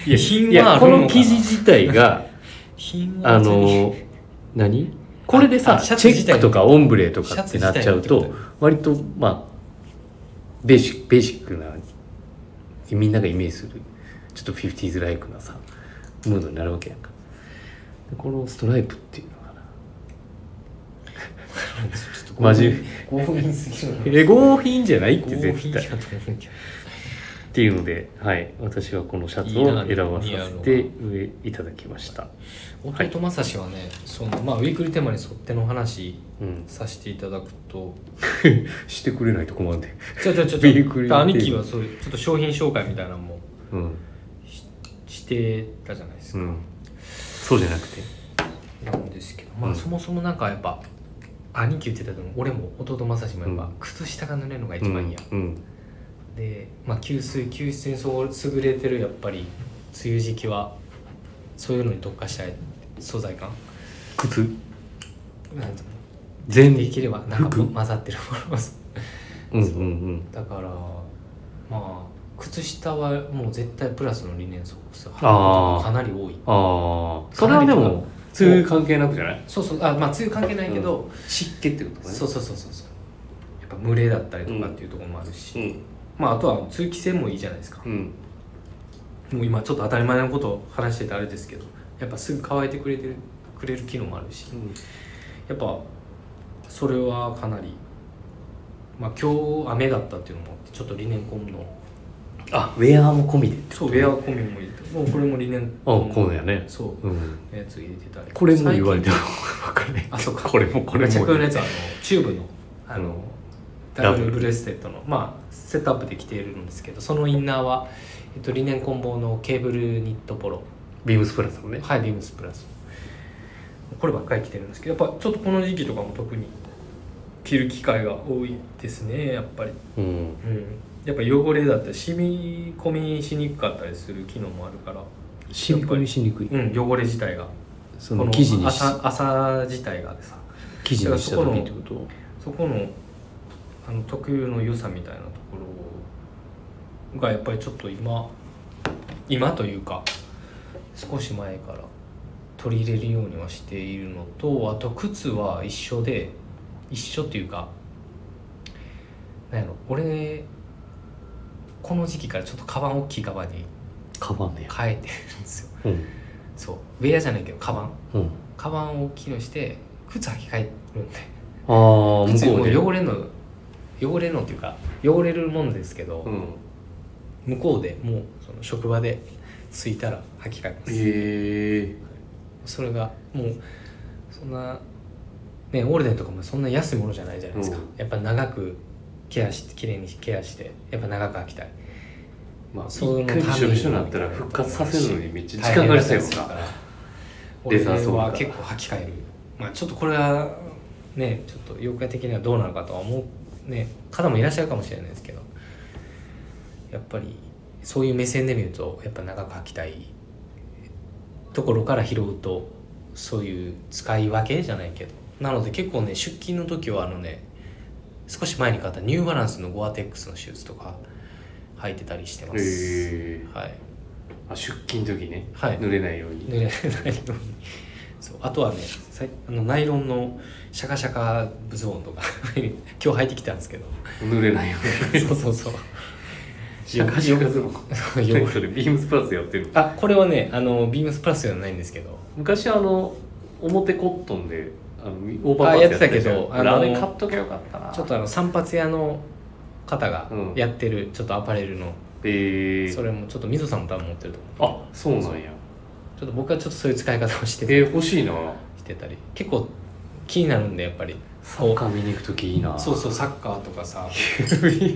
[SPEAKER 2] うい
[SPEAKER 1] 品はい
[SPEAKER 2] やこ
[SPEAKER 1] ある
[SPEAKER 2] の
[SPEAKER 1] のかな
[SPEAKER 2] 生地自体が
[SPEAKER 1] 品は
[SPEAKER 2] あ
[SPEAKER 1] 別に
[SPEAKER 2] の何これで
[SPEAKER 1] あ
[SPEAKER 2] さ
[SPEAKER 1] シャツ
[SPEAKER 2] チェ
[SPEAKER 1] 自体
[SPEAKER 2] ックとかオンブレと
[SPEAKER 1] シ
[SPEAKER 2] か
[SPEAKER 1] ャ
[SPEAKER 2] っ
[SPEAKER 1] ツ
[SPEAKER 2] てな
[SPEAKER 1] 自
[SPEAKER 2] っ
[SPEAKER 1] 体
[SPEAKER 2] ちゃう
[SPEAKER 1] っ
[SPEAKER 2] と
[SPEAKER 1] てこ
[SPEAKER 2] 割とまあベーシックベーシックなみんながイメージするちょっと 50s ライクなさムードになるわけやんかでこのストライプっていうのかな
[SPEAKER 1] と
[SPEAKER 2] マジ
[SPEAKER 1] 強引すぎるな
[SPEAKER 2] え合品じゃないって
[SPEAKER 1] 強
[SPEAKER 2] 絶
[SPEAKER 1] 引
[SPEAKER 2] 対
[SPEAKER 1] や
[SPEAKER 2] っ
[SPEAKER 1] と思うけど
[SPEAKER 2] ていうので、はい、私はこのシャツ
[SPEAKER 1] いいな
[SPEAKER 2] を選ばさせていただきました、はい
[SPEAKER 1] 弟正志はねそのまあウィークリーテーマに沿っての話
[SPEAKER 2] うん、
[SPEAKER 1] させていただくと
[SPEAKER 2] してくれないと困るんで、
[SPEAKER 1] ちょちょちょ
[SPEAKER 2] ウィークリーテーマ
[SPEAKER 1] 兄貴はそういうちょっと商品紹介みたいなのも
[SPEAKER 2] うん
[SPEAKER 1] してたじゃないです
[SPEAKER 2] う
[SPEAKER 1] か、
[SPEAKER 2] ん、そうじゃなくて
[SPEAKER 1] なんですけどまあ、
[SPEAKER 2] うん
[SPEAKER 1] そもそもなんかやっぱ兄貴言ってたけど俺も弟正志もやっ
[SPEAKER 2] う
[SPEAKER 1] ぱ
[SPEAKER 2] ん
[SPEAKER 1] 靴下が濡れるのが一番嫌、
[SPEAKER 2] うんうん
[SPEAKER 1] で、まあ、吸水吸湿にそう優れてるやっぱり梅雨時期はそういうのに特化したい素材感
[SPEAKER 2] 靴
[SPEAKER 1] なんていうの
[SPEAKER 2] 全
[SPEAKER 1] できればなんか
[SPEAKER 2] 服
[SPEAKER 1] 混ざってるもの
[SPEAKER 2] うんうんうん
[SPEAKER 1] だからまあ靴下はもう絶対プラスの理念ソックス
[SPEAKER 2] あー
[SPEAKER 1] かなり多い
[SPEAKER 2] ああそれはでも梅雨関係なくじゃない
[SPEAKER 1] そうそうあまあ梅雨関係ないけど、
[SPEAKER 2] 湿気ってことかね
[SPEAKER 1] そうそうそうそうそうやっぱ群れだったりとかっていうところもあるし、
[SPEAKER 2] うん
[SPEAKER 1] まああとは通気性もいいじゃないですか、
[SPEAKER 2] うん
[SPEAKER 1] もう今ちょっと当たり前のことを話しててあれですけどやっぱすぐ乾いてくれてるくれる機能もあるしやっぱそれはかなりまあ今日雨だったっていうのもあってちょっと理念コムの
[SPEAKER 2] あウェアも込みで
[SPEAKER 1] そうウェア込みも入れてもうこれも理念
[SPEAKER 2] あこうやね
[SPEAKER 1] そう
[SPEAKER 2] うん
[SPEAKER 1] のやつ入れてたり
[SPEAKER 2] これも言 [laughs] われて
[SPEAKER 1] 最
[SPEAKER 2] も分かんない
[SPEAKER 1] 近あそうか
[SPEAKER 2] これもこれも
[SPEAKER 1] 着用のやつはあのチューブのあ
[SPEAKER 2] うん
[SPEAKER 1] のダ
[SPEAKER 2] ダブ
[SPEAKER 1] ブ
[SPEAKER 2] ル
[SPEAKER 1] ルブレステッドのまあセットアップで着ているんですけどそのインナーは、えっと、リネンコンボのケーブルニットポロ
[SPEAKER 2] ビームスプラスもね
[SPEAKER 1] ハイビームスプラスこればっかり着てるんですけどやっぱちょっとこの時期とかも特に着る機会が多いですねやっぱり、
[SPEAKER 2] うん
[SPEAKER 1] うん、やっぱ汚れだったり染み込みしにくかったりする機能もあるから、
[SPEAKER 2] 染み込みしにくい
[SPEAKER 1] うん、汚れ自体が
[SPEAKER 2] その生地にし
[SPEAKER 1] 朝朝自体がさ
[SPEAKER 2] 生地にした時ってこと
[SPEAKER 1] そこのあの特有の良さみたいなところがやっぱりちょっと今今というか少し前から取り入れるようにはしているのとあと靴は一緒で一緒っていうかなんやろ俺この時期からちょっとカバン大きいカバンに
[SPEAKER 2] カバンね
[SPEAKER 1] 変えてるんですよ
[SPEAKER 2] うん
[SPEAKER 1] そうウェアじゃないけどカバン
[SPEAKER 2] うん
[SPEAKER 1] カバンを大きいのして靴履き替えるんで
[SPEAKER 2] ああ向
[SPEAKER 1] 靴
[SPEAKER 2] こ
[SPEAKER 1] も
[SPEAKER 2] うで
[SPEAKER 1] う汚れんの汚れんのっていうか汚れるもんですけど、
[SPEAKER 2] うん
[SPEAKER 1] 向こうでもうその職場で着いたら履き替えます、
[SPEAKER 2] へえ
[SPEAKER 1] それがもうそんなね、オールデンとかもそんな安いものじゃないじゃないですか、
[SPEAKER 2] うん
[SPEAKER 1] やっぱ長くケアして綺麗にケアしてやっぱ長く飽きたい
[SPEAKER 2] まあ
[SPEAKER 1] その
[SPEAKER 2] 一回びしょびしょになったら復活させるのにめっちゃ時間
[SPEAKER 1] 大変だっ
[SPEAKER 2] かかりそ
[SPEAKER 1] たり
[SPEAKER 2] うや
[SPEAKER 1] する
[SPEAKER 2] か
[SPEAKER 1] からら
[SPEAKER 2] レザー
[SPEAKER 1] 俺
[SPEAKER 2] ソール
[SPEAKER 1] は結構履き替えるまあちょっとこれはねちょっと業界的にはどうなのかとは思うね方もいらっしゃるかもしれないですけどやっぱりそういう目線で見るとやっぱ長く履きたいところから拾うとそういう使い分けじゃないけどなので結構ね出勤の時はあのね少し前に買ったニューバランスのゴアテックスのシューズとか履いてたりしてます、
[SPEAKER 2] へえ
[SPEAKER 1] はい
[SPEAKER 2] あ出勤の時ね、
[SPEAKER 1] はい
[SPEAKER 2] 濡れないように
[SPEAKER 1] 濡れないようにそうあとはねさいあのナイロンのシャカシャカズボンとか [laughs] 今日履いてきたんです [laughs] けど
[SPEAKER 2] 濡れないように
[SPEAKER 1] そうそうそう [laughs]
[SPEAKER 2] シャカシャカズボン
[SPEAKER 1] そう汚れ
[SPEAKER 2] [laughs] 何それビームスプラスやってるの
[SPEAKER 1] あこれはねあのビームスプラスではないんですけど
[SPEAKER 2] 昔あの表コットンであのオーバーパ
[SPEAKER 1] あ
[SPEAKER 2] ー
[SPEAKER 1] やっ
[SPEAKER 2] ツ
[SPEAKER 1] て
[SPEAKER 2] やって
[SPEAKER 1] た
[SPEAKER 2] た
[SPEAKER 1] け
[SPEAKER 2] け
[SPEAKER 1] ど
[SPEAKER 2] ど
[SPEAKER 1] あの
[SPEAKER 2] あれ買っとけよかったな
[SPEAKER 1] ちょっとあの散髪屋の方が
[SPEAKER 2] うん
[SPEAKER 1] やってるちょっとアパレルの、
[SPEAKER 2] へえ
[SPEAKER 1] それもちょっとみぞさんも多分持ってると思う
[SPEAKER 2] あそうなんや
[SPEAKER 1] ちょっと僕はちょっとそういう使い方をして
[SPEAKER 2] え
[SPEAKER 1] て
[SPEAKER 2] ー、欲しいな
[SPEAKER 1] してたり結構気になるんでやっぱり
[SPEAKER 2] サッカー見に行く時いいな
[SPEAKER 1] そうそうサッカーとか [laughs] さ
[SPEAKER 2] [laughs]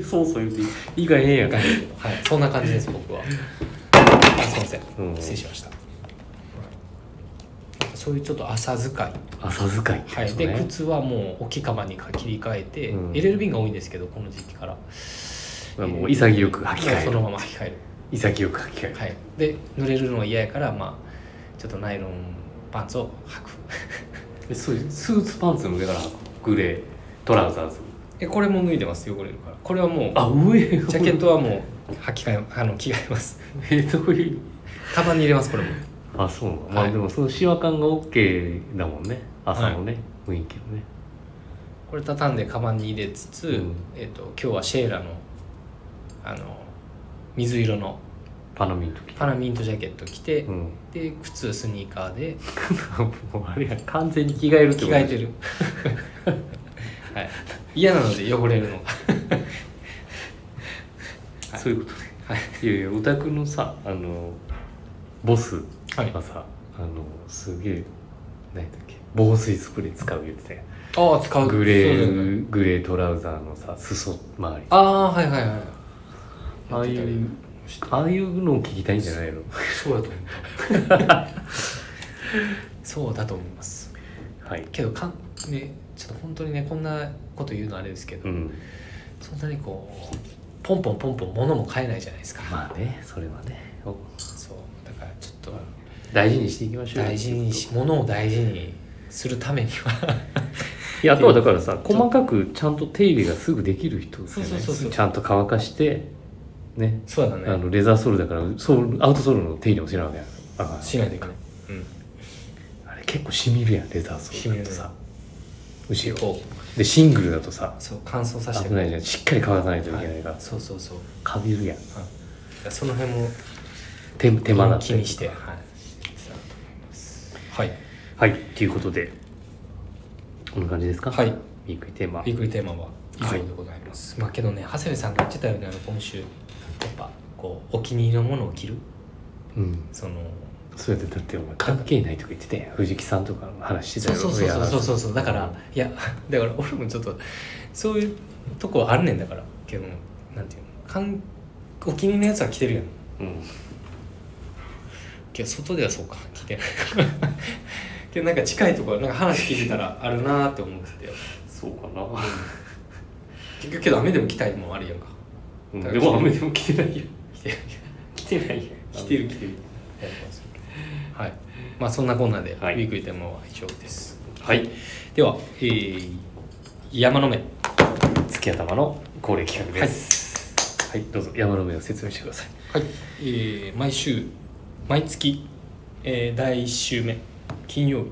[SPEAKER 2] そうそう言っていい以外ねえやん
[SPEAKER 1] はいそんな感じです僕はあすいません
[SPEAKER 2] うん
[SPEAKER 1] 失礼しました、そういうちょっと浅使い、
[SPEAKER 2] 朝遣いって
[SPEAKER 1] はい、
[SPEAKER 2] ね
[SPEAKER 1] で靴はもう大きいカバンに切り替えて、
[SPEAKER 2] うん
[SPEAKER 1] LL 瓶が多いんですけどこの時期から
[SPEAKER 2] まあもう潔く履き替え
[SPEAKER 1] そ
[SPEAKER 2] る
[SPEAKER 1] のまま履き替え
[SPEAKER 2] 潔く履き替え
[SPEAKER 1] る、
[SPEAKER 2] る
[SPEAKER 1] はい、で濡れるのは嫌やからまあちょっとナイロンパンツを履く
[SPEAKER 2] えそういうスーツパンツの上から履くグレートラウザーズ
[SPEAKER 1] えこれも脱いでます汚れるからこれはもう
[SPEAKER 2] あ上ジ
[SPEAKER 1] ジャケットはもう履き替えあの着替えます
[SPEAKER 2] [laughs] えどういう
[SPEAKER 1] カバンに入れますこれも
[SPEAKER 2] あそうなの、ま
[SPEAKER 1] は
[SPEAKER 2] あ
[SPEAKER 1] い
[SPEAKER 2] でもそのシワ感が OK だもんね朝のね、雰囲気をね
[SPEAKER 1] これ畳んでカバンに入れつつ、
[SPEAKER 2] うん
[SPEAKER 1] えっと今日はシェーラのあの水色の
[SPEAKER 2] パナミの時
[SPEAKER 1] パラミントジャケット着て、
[SPEAKER 2] うん [laughs] も
[SPEAKER 1] で靴スニーカーで
[SPEAKER 2] うあれや完全に着替えるっ
[SPEAKER 1] 着
[SPEAKER 2] てこと
[SPEAKER 1] 替えてる [laughs] はい嫌なので汚れるのがはい
[SPEAKER 2] そういうことね、、
[SPEAKER 1] はい
[SPEAKER 2] やいやお宅のさあのボス
[SPEAKER 1] はい
[SPEAKER 2] がさ、あのすげえ何だっけ防水スプレー使う言ってたやん
[SPEAKER 1] ああ使う
[SPEAKER 2] グ
[SPEAKER 1] そ
[SPEAKER 2] レ
[SPEAKER 1] うだよね
[SPEAKER 2] ーグレートラウザーのさ裾周り
[SPEAKER 1] ああはいはいはい
[SPEAKER 2] ああいうああいうのを聞きたいんじゃないの
[SPEAKER 1] そうだと思う [laughs] そうだと思います
[SPEAKER 2] はい
[SPEAKER 1] けどかんねちょっと本当にねこんなこと言うのあれですけど、
[SPEAKER 2] うん
[SPEAKER 1] そんなにこうポンポンポンポン物も買えないじゃないですか、
[SPEAKER 2] まあねそれはねお
[SPEAKER 1] そうだからちょっと
[SPEAKER 2] 大事にしていきましょうよ
[SPEAKER 1] 大事にし物を大事にするために
[SPEAKER 2] [laughs]
[SPEAKER 1] は
[SPEAKER 2] いやあとはだからさ細かくちゃんと手入れがすぐできる人じゃない
[SPEAKER 1] そうそうそうそう
[SPEAKER 2] ちゃんと乾かしてね
[SPEAKER 1] そうだね
[SPEAKER 2] あのレザーソールだからソールアウトソールの手入れもしなきゃあかん
[SPEAKER 1] しないといけない、うん、
[SPEAKER 2] あれ結構しみるやんレザーソールだと
[SPEAKER 1] 染
[SPEAKER 2] さ後ろ
[SPEAKER 1] こう
[SPEAKER 2] でシングルだとさ
[SPEAKER 1] そう乾燥させて
[SPEAKER 2] 危ないじゃんしっかり乾かさないといけ
[SPEAKER 1] は
[SPEAKER 2] ないから、
[SPEAKER 1] い、そうそうそう、
[SPEAKER 2] かびるやん
[SPEAKER 1] はい、だからその辺も
[SPEAKER 2] 手手間だったり
[SPEAKER 1] 気
[SPEAKER 2] とか
[SPEAKER 1] にしてはいはい
[SPEAKER 2] はいということでこんな感じですか
[SPEAKER 1] はい
[SPEAKER 2] ウィークリーテーマ
[SPEAKER 1] びっくりテーマは以上でございます、まあけどね長谷部さんが言ってたようにあの今週やっぱこうお気に入りのものを着る
[SPEAKER 2] うん
[SPEAKER 1] その
[SPEAKER 2] そうやってだってお前関係ないとか言ってたやん藤木さんとかの話してた
[SPEAKER 1] そう
[SPEAKER 2] よ
[SPEAKER 1] そうそうそうそうそううだからいや [laughs] だから俺もちょっとそういうとこあるねんだからけどなんていうのかんお気に入りのやつは着てるやん
[SPEAKER 2] うん
[SPEAKER 1] けど外ではそうか着てない [laughs] けどなんか近いところなんか話聞いてたらあるなーって思ってたよ
[SPEAKER 2] そうかな
[SPEAKER 1] 結局けど雨でも着たいもんあるやんか
[SPEAKER 2] うん
[SPEAKER 1] だから
[SPEAKER 2] でも雨でも来てないよ
[SPEAKER 1] 着てる
[SPEAKER 2] 来てないよ
[SPEAKER 1] 着てる着てるはいまあそんなこんなで、
[SPEAKER 2] はい
[SPEAKER 1] ウィークリーテーマは以上です
[SPEAKER 2] はい
[SPEAKER 1] では、えー、山の目
[SPEAKER 2] 月頭の恒例企画ですはい、どうぞ山の目を説明してください
[SPEAKER 1] はい、えー毎週毎月、えー第1週目金曜日、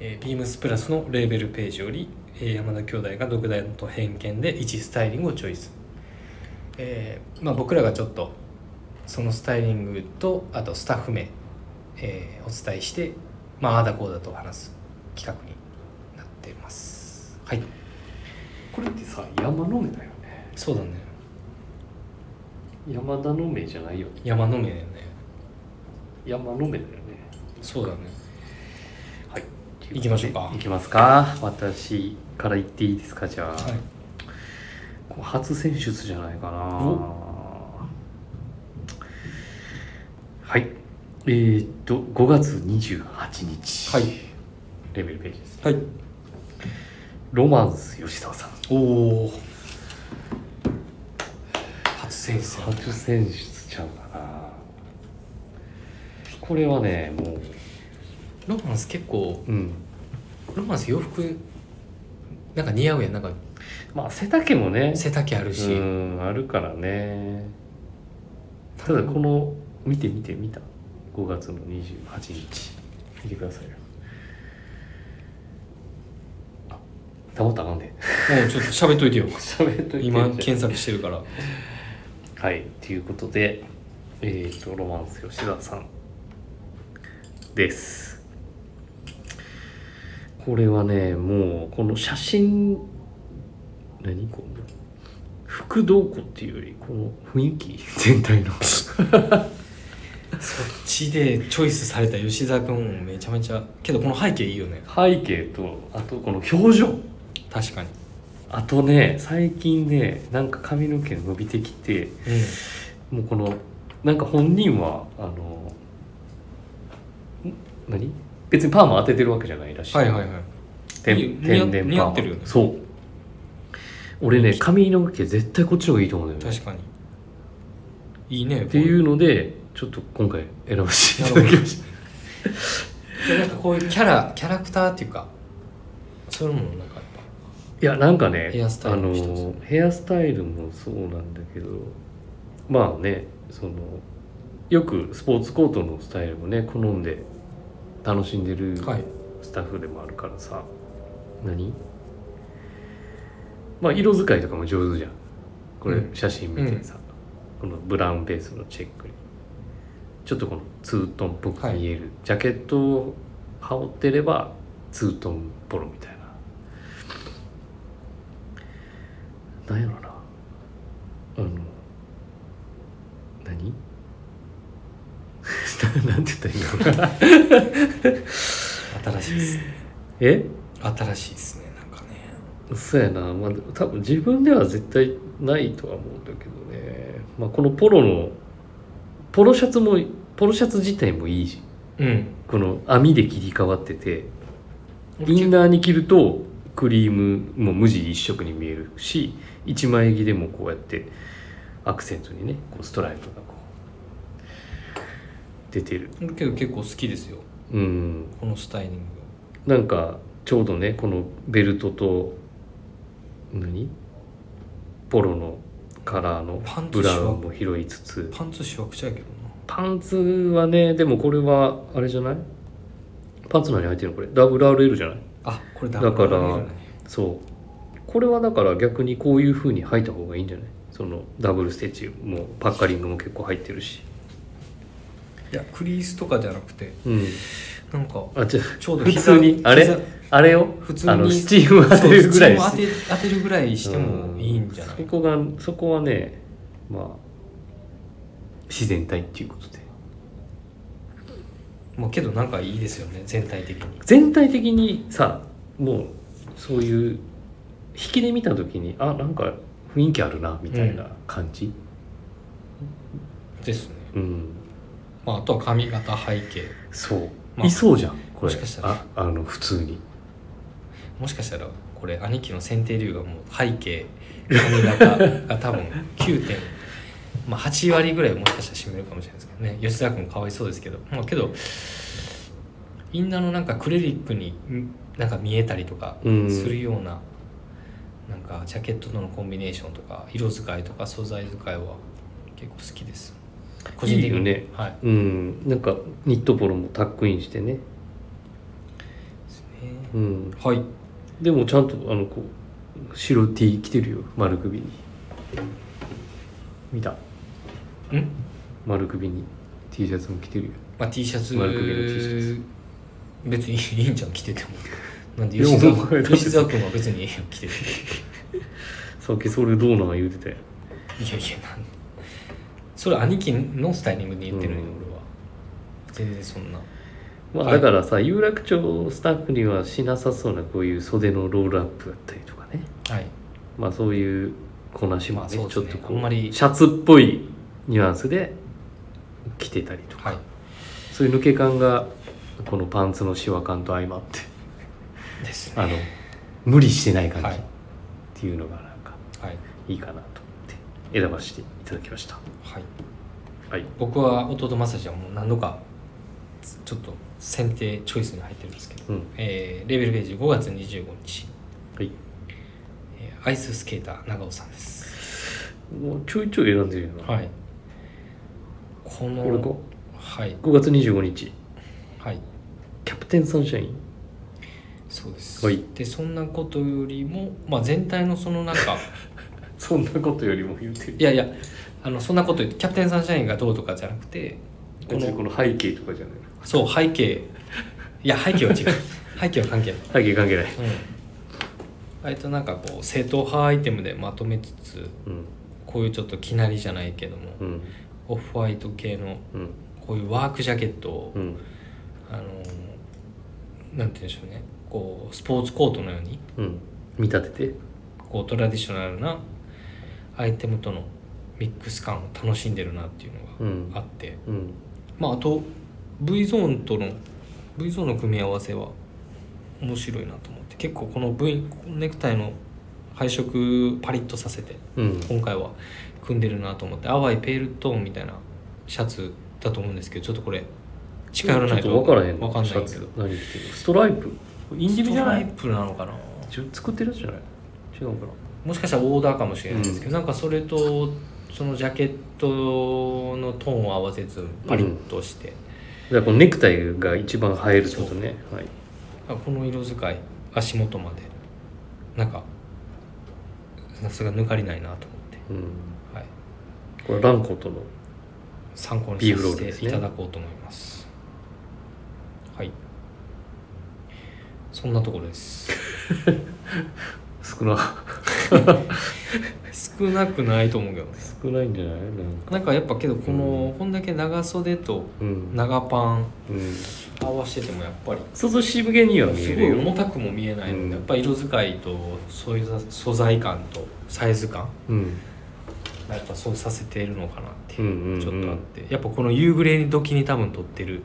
[SPEAKER 1] えー、ビームスプラスのレーベルページより、えー山田兄弟が独断と偏見で一スタイリングをチョイス、えーまあ、僕らがちょっとそのスタイリングとあとスタッフ名、えーお伝えして、まああーだこうだと話す企画になっていますはい
[SPEAKER 2] これってさ山の目だよね
[SPEAKER 1] そうだね
[SPEAKER 2] 山田の目じゃないよね
[SPEAKER 1] 山の目だよね
[SPEAKER 2] 山の目だよね
[SPEAKER 1] そうだね
[SPEAKER 2] はい
[SPEAKER 1] 行きましょうか
[SPEAKER 2] 行きますか私から言っていいですかじゃあ、
[SPEAKER 1] はい
[SPEAKER 2] こう初選出じゃないかなはいえー、っと5月28日、
[SPEAKER 1] はい
[SPEAKER 2] レベルページです
[SPEAKER 1] はい
[SPEAKER 2] ロマンス吉沢さん
[SPEAKER 1] おお初選出
[SPEAKER 2] 初選出ちゃうかなこれはねもう
[SPEAKER 1] ロマンス結構
[SPEAKER 2] うん
[SPEAKER 1] ロマンス洋服なんか似合うやんなんか
[SPEAKER 2] まあ背丈もね
[SPEAKER 1] 背丈あるし、
[SPEAKER 2] うんあるからねただこの見て見て見た5月の28日見てくださいよあ保ったらあかんで
[SPEAKER 1] もうちょっと喋っといてよ
[SPEAKER 2] [laughs] 喋っといて
[SPEAKER 1] 今検索してるから
[SPEAKER 2] はいということでえっ、とロマンス吉田さんですこれはねもうこの写真何この服どうこうっていうよりこの雰囲気全体の
[SPEAKER 1] そっちでチョイスされた吉沢君もめちゃめちゃけどこの背景いいよね
[SPEAKER 2] 背景とあとこの表情
[SPEAKER 1] 確かに、
[SPEAKER 2] あとね最近ねなんか髪の毛伸びてきてもうこのなんか本人はあのん何別にパーマ当ててるわけじゃないらしい、
[SPEAKER 1] はいはいはい
[SPEAKER 2] 天
[SPEAKER 1] いい
[SPEAKER 2] 天然パー
[SPEAKER 1] 似合
[SPEAKER 2] マ
[SPEAKER 1] ってるよね
[SPEAKER 2] そう俺ね髪の毛絶対こっちの方がいいと思うんだよね
[SPEAKER 1] 確かにいいねっ
[SPEAKER 2] っていううのでちょっと今回選ばせて [laughs] いただきました
[SPEAKER 1] なんかこういうキャラキャラクターっていうかそういうのもなんかやっ
[SPEAKER 2] いやなんかね
[SPEAKER 1] ヘアスタイルの一つ
[SPEAKER 2] あのヘアスタイルもそうなんだけどまあねそのよくスポーツコートのスタイルもね好んで楽しんでる
[SPEAKER 1] ぱはい
[SPEAKER 2] スタッフでもあるからさ、何まあ色使いとかも上手じゃんこれ
[SPEAKER 1] うん
[SPEAKER 2] 写真見てさ、このブラウンベースのチェックにちょっとこのツートンっぽく見える、ジャケットを羽織ってればツートンポロみたいななんやろなあの何 [laughs] なんて言ったら
[SPEAKER 1] [laughs]
[SPEAKER 2] いいの
[SPEAKER 1] 新しいですね
[SPEAKER 2] え
[SPEAKER 1] 新しいですねなんかね
[SPEAKER 2] そうやな、まあ、多分自分では絶対ないとは思うんだけどね、まあ、このポロのポロシャツもポロシャツ自体もいいし
[SPEAKER 1] うん
[SPEAKER 2] この網で切り替わってて
[SPEAKER 1] 俺
[SPEAKER 2] イン
[SPEAKER 1] 結
[SPEAKER 2] ナーに着るとクリームも無地一色に見えるし一枚着でもこうやってアクセントにねこうストライプがこう出てる
[SPEAKER 1] 構けど結構好きですよ
[SPEAKER 2] うん
[SPEAKER 1] このスタイリング
[SPEAKER 2] なんかちょうどねこのベルトと何ポロのカラーの
[SPEAKER 1] パンツ
[SPEAKER 2] ブラウンも拾いつつ
[SPEAKER 1] パンツしわくちゃやけどな
[SPEAKER 2] パンツはねでもこれはあれじゃないパンツ何入ってるのこれ WRL じゃない
[SPEAKER 1] あこれだ
[SPEAKER 2] だから
[SPEAKER 1] ダブルね
[SPEAKER 2] そうこれはだから逆にこういう風に履いた方がいいんじゃないそのダブルステッチもパッカリングも結構入ってるし
[SPEAKER 1] いやクリースとかじゃなくて
[SPEAKER 2] うん
[SPEAKER 1] なんか
[SPEAKER 2] あじゃ
[SPEAKER 1] ちょうど
[SPEAKER 2] 普通にあれあれを
[SPEAKER 1] 普通に
[SPEAKER 2] あのスチーム当てるぐらい
[SPEAKER 1] そう自分を当て当てるぐらいしてもいいんじゃな
[SPEAKER 2] う
[SPEAKER 1] い
[SPEAKER 2] そこがそこはねまあ自然体っていうことで
[SPEAKER 1] もうけどなんかいいですよね全体的に
[SPEAKER 2] 全体的にさもうそういう引きで見た時にあなんか雰囲気あるなみたいな感じ、
[SPEAKER 1] ですね、
[SPEAKER 2] うん
[SPEAKER 1] まあ、あとは髪型背景
[SPEAKER 2] そう、
[SPEAKER 1] まあ
[SPEAKER 2] いそうじゃんこれ
[SPEAKER 1] もしかしたら
[SPEAKER 2] ああの普通に
[SPEAKER 1] もしかしたらこれ兄貴の剪定流がもう背景髪型が多分9点、 [laughs] まあ、8割ぐらいもしかしたら占めるかもしれないですけどね吉沢君かわいそうですけどまあけどみんなのなんかクレリックにんなんか見えたりとか
[SPEAKER 2] うん
[SPEAKER 1] するような、なんかジャケットとのコンビネーションとか色使いとか素材使いは結構好きです個人的に
[SPEAKER 2] いいよね
[SPEAKER 1] はい
[SPEAKER 2] うんなんかニットポロもタックインしてね、
[SPEAKER 1] ですね
[SPEAKER 2] うん、
[SPEAKER 1] はい
[SPEAKER 2] でもちゃんとあのこう白 T 着てるよ丸首に見た
[SPEAKER 1] ん、
[SPEAKER 2] 丸首に T シャツも着てるよ
[SPEAKER 1] まあ、T シャツ
[SPEAKER 2] 丸首の T シャ
[SPEAKER 1] 別にいいんじゃん着ててもなんで
[SPEAKER 2] いや
[SPEAKER 1] 吉
[SPEAKER 2] お前
[SPEAKER 1] 沢
[SPEAKER 2] だって
[SPEAKER 1] 吉沢君は別にいいよ着てて
[SPEAKER 2] さっきそれどうなん言うてたよ
[SPEAKER 1] いやいやなんそれ兄貴のスタイリングで言ってるのよ、
[SPEAKER 2] うん
[SPEAKER 1] 俺は全然そんな
[SPEAKER 2] まあ、
[SPEAKER 1] はい
[SPEAKER 2] だからさ、有楽町スタッフにはしなさそうなこういう袖のロールアップだったりとかね
[SPEAKER 1] はい
[SPEAKER 2] まあそういうこなしも
[SPEAKER 1] まあ
[SPEAKER 2] ね,、
[SPEAKER 1] そうで
[SPEAKER 2] ち
[SPEAKER 1] す
[SPEAKER 2] ょっ
[SPEAKER 1] ね
[SPEAKER 2] とこう
[SPEAKER 1] あんまり
[SPEAKER 2] シャツっぽいニュアンスで着てたりとか
[SPEAKER 1] はい
[SPEAKER 2] そういう抜け感がこのパンツのシワ感と相まって
[SPEAKER 1] ですね
[SPEAKER 2] あの無理してない感じ
[SPEAKER 1] はい
[SPEAKER 2] っていうのがなんか
[SPEAKER 1] はい、
[SPEAKER 2] いいかなと思って選ばせていただきました
[SPEAKER 1] はい、
[SPEAKER 2] はい
[SPEAKER 1] 僕は弟正志はもう何度かつちょっと選定チョイスに入ってるんですけど、
[SPEAKER 2] うん
[SPEAKER 1] えーレベルページ5月25日、
[SPEAKER 2] はい
[SPEAKER 1] えーアイススケーター長尾さんです
[SPEAKER 2] もうちょいちょい選んでるよな、
[SPEAKER 1] はいこの
[SPEAKER 2] これか
[SPEAKER 1] はい
[SPEAKER 2] 5月25日
[SPEAKER 1] はい
[SPEAKER 2] キャプテンサンシャイン
[SPEAKER 1] そうです、
[SPEAKER 2] はい
[SPEAKER 1] でそんなことよりも、まあ、全体のその中 [laughs]
[SPEAKER 2] そんなことよりも言うてる
[SPEAKER 1] いやいやあのそんなこと言ってキャプテンサンシャインがどうとかじゃなくてこ
[SPEAKER 2] 別にこ
[SPEAKER 1] の
[SPEAKER 2] の背景とかじゃない
[SPEAKER 1] そう背景いや背景は違う [laughs] 背景は関係ない
[SPEAKER 2] 背景関係ない、
[SPEAKER 1] うん、割となんかこう正統派アイテムでまとめつつ
[SPEAKER 2] うん
[SPEAKER 1] こういうちょっときなりじゃないけども、
[SPEAKER 2] うん
[SPEAKER 1] オフホワイト系の
[SPEAKER 2] うん
[SPEAKER 1] こういうワークジャケットを、
[SPEAKER 2] うん
[SPEAKER 1] あのーなんて言うんでしょうねこうスポーツコートのように
[SPEAKER 2] うん見立てて
[SPEAKER 1] こうトラディショナルなアイテムとのミックス感を楽しんでるなっていう
[SPEAKER 2] う
[SPEAKER 1] の
[SPEAKER 2] ん
[SPEAKER 1] があって、
[SPEAKER 2] うん
[SPEAKER 1] まああと V ゾーンとの V ゾーンの組み合わせは面白いなと思って結構この V ネクタイの配色パリッとさせて
[SPEAKER 2] うん
[SPEAKER 1] 今回は組んでるなと思って淡いペールトーンみたいなシャツだと思うんですけどちょっとこれ近寄らない
[SPEAKER 2] ちょっと分からへん
[SPEAKER 1] わかんないけど
[SPEAKER 2] シャツ何着てるストライプインディビじゃない
[SPEAKER 1] ストライプなのかな
[SPEAKER 2] ちょ作ってるやつじゃない違うか
[SPEAKER 1] もしかしたらオーダーかもしれないですけど、なんかそれとそのジャケットのトーンを合わせずパリッとして、
[SPEAKER 2] らじゃあこのネクタイが一番映えるってことねはい
[SPEAKER 1] あこの色使い足元までなんかさすが抜かりないなと思って、
[SPEAKER 2] うん
[SPEAKER 1] はい、
[SPEAKER 2] これランコとの
[SPEAKER 1] 参考に
[SPEAKER 2] ビ
[SPEAKER 1] さ
[SPEAKER 2] ーフロール
[SPEAKER 1] せ
[SPEAKER 2] です
[SPEAKER 1] て
[SPEAKER 2] ね
[SPEAKER 1] いただこうと思いますはいそんなところです
[SPEAKER 2] 少な
[SPEAKER 1] 少なくないと思うけどね
[SPEAKER 2] 少ないんじゃないなんか
[SPEAKER 1] なんかやっぱけどこの、
[SPEAKER 2] う
[SPEAKER 1] こんだけ長袖と
[SPEAKER 2] うん、
[SPEAKER 1] 長パン
[SPEAKER 2] うん、
[SPEAKER 1] 合わせてもやっぱり
[SPEAKER 2] 涼しげには見
[SPEAKER 1] す
[SPEAKER 2] え
[SPEAKER 1] ごい
[SPEAKER 2] るよ
[SPEAKER 1] 重たくも見えないので、
[SPEAKER 2] うん
[SPEAKER 1] やっぱ色使いとそういう素材感とサイズ感
[SPEAKER 2] うん
[SPEAKER 1] やっぱそうさせているのかなっていうう、
[SPEAKER 2] んうんうん
[SPEAKER 1] ちょっとあってやっぱこの夕暮れに時に多分撮ってる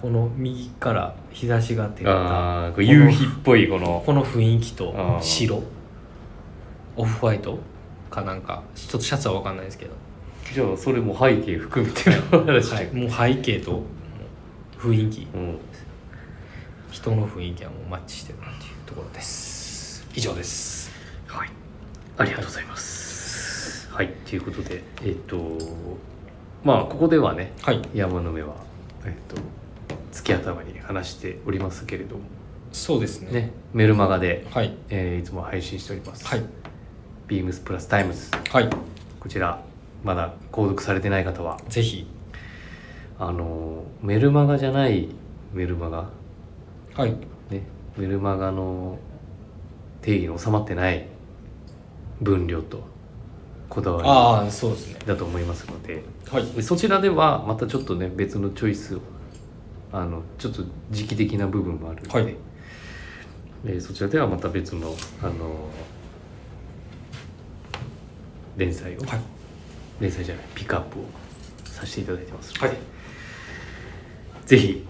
[SPEAKER 1] この右から日差しが照った
[SPEAKER 2] ああ夕日っぽいこの
[SPEAKER 1] この雰囲気と
[SPEAKER 2] あー
[SPEAKER 1] 白オフホワイトかなんかちょっとシャツは分かんないですけど、
[SPEAKER 2] じゃあそれも背景含めての話
[SPEAKER 1] は
[SPEAKER 2] で、
[SPEAKER 1] い、もう背景ともう雰囲気
[SPEAKER 2] うん
[SPEAKER 1] 人の雰囲気はもうマッチしてるなっていうところです以上です
[SPEAKER 2] はいありがとうございますはいということでえっ、とまあここではね
[SPEAKER 1] はい
[SPEAKER 2] 山の目はえっ、と月頭に話しておりますけれども
[SPEAKER 1] そうですね
[SPEAKER 2] ねメルマガで、
[SPEAKER 1] はい
[SPEAKER 2] えーいつも配信しております、
[SPEAKER 1] はい
[SPEAKER 2] ビームスプラスタイムズ
[SPEAKER 1] はい
[SPEAKER 2] こちらまだ購読されてない方は
[SPEAKER 1] ぜひ
[SPEAKER 2] あのーメルマガじゃないメルマガ
[SPEAKER 1] はい
[SPEAKER 2] ねメルマガの定義に収まってない分量とこだわ
[SPEAKER 1] ああそうですね
[SPEAKER 2] りだと思いますので
[SPEAKER 1] はい
[SPEAKER 2] でそちらではまたちょっとね別のチョイスをあのちょっと時期的な部分もあるので、
[SPEAKER 1] はい
[SPEAKER 2] でそちらではまた別のあの連載を、
[SPEAKER 1] はい
[SPEAKER 2] 連載じゃないピックアップをさせていただいてますので、
[SPEAKER 1] はい
[SPEAKER 2] ぜひ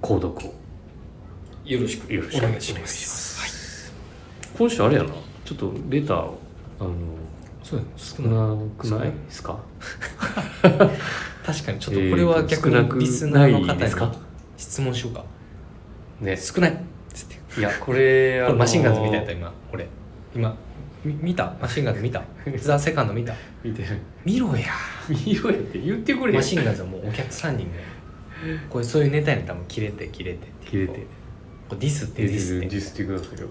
[SPEAKER 2] 購読を
[SPEAKER 1] よろしく
[SPEAKER 2] よろし
[SPEAKER 1] お
[SPEAKER 2] くお
[SPEAKER 1] 願
[SPEAKER 2] 願
[SPEAKER 1] い
[SPEAKER 2] い
[SPEAKER 1] し
[SPEAKER 2] し
[SPEAKER 1] ま
[SPEAKER 2] ます
[SPEAKER 1] はい
[SPEAKER 2] す。今週あれやな、ちょっとレターをあの
[SPEAKER 1] そう
[SPEAKER 2] 少
[SPEAKER 1] 少ない
[SPEAKER 2] なくないですか？
[SPEAKER 1] 確かにちょっとこれは逆
[SPEAKER 2] えーと
[SPEAKER 1] にリスナーの
[SPEAKER 2] 少なくないです
[SPEAKER 1] 方に
[SPEAKER 2] か
[SPEAKER 1] 質問しようか
[SPEAKER 2] ね、
[SPEAKER 1] 少ないっつって
[SPEAKER 2] いやこれ
[SPEAKER 1] こ
[SPEAKER 2] あ
[SPEAKER 1] れ
[SPEAKER 2] の
[SPEAKER 1] マシンガンズみたいだった今俺今み見たマシンガンズ見
[SPEAKER 2] [laughs]
[SPEAKER 1] たザ・セカンド見た
[SPEAKER 2] 見てる。
[SPEAKER 1] 見ろや
[SPEAKER 2] 見ろやって言ってくれよ。
[SPEAKER 1] マシンガンズはもうお客さんにねこういうそういうネタに多分切れて切れて
[SPEAKER 2] 切れて。
[SPEAKER 1] こうディスって
[SPEAKER 2] デ
[SPEAKER 1] デ
[SPEAKER 2] ィ
[SPEAKER 1] ィ
[SPEAKER 2] ス
[SPEAKER 1] ス
[SPEAKER 2] デ
[SPEAKER 1] って
[SPEAKER 2] ィスってくださいよ。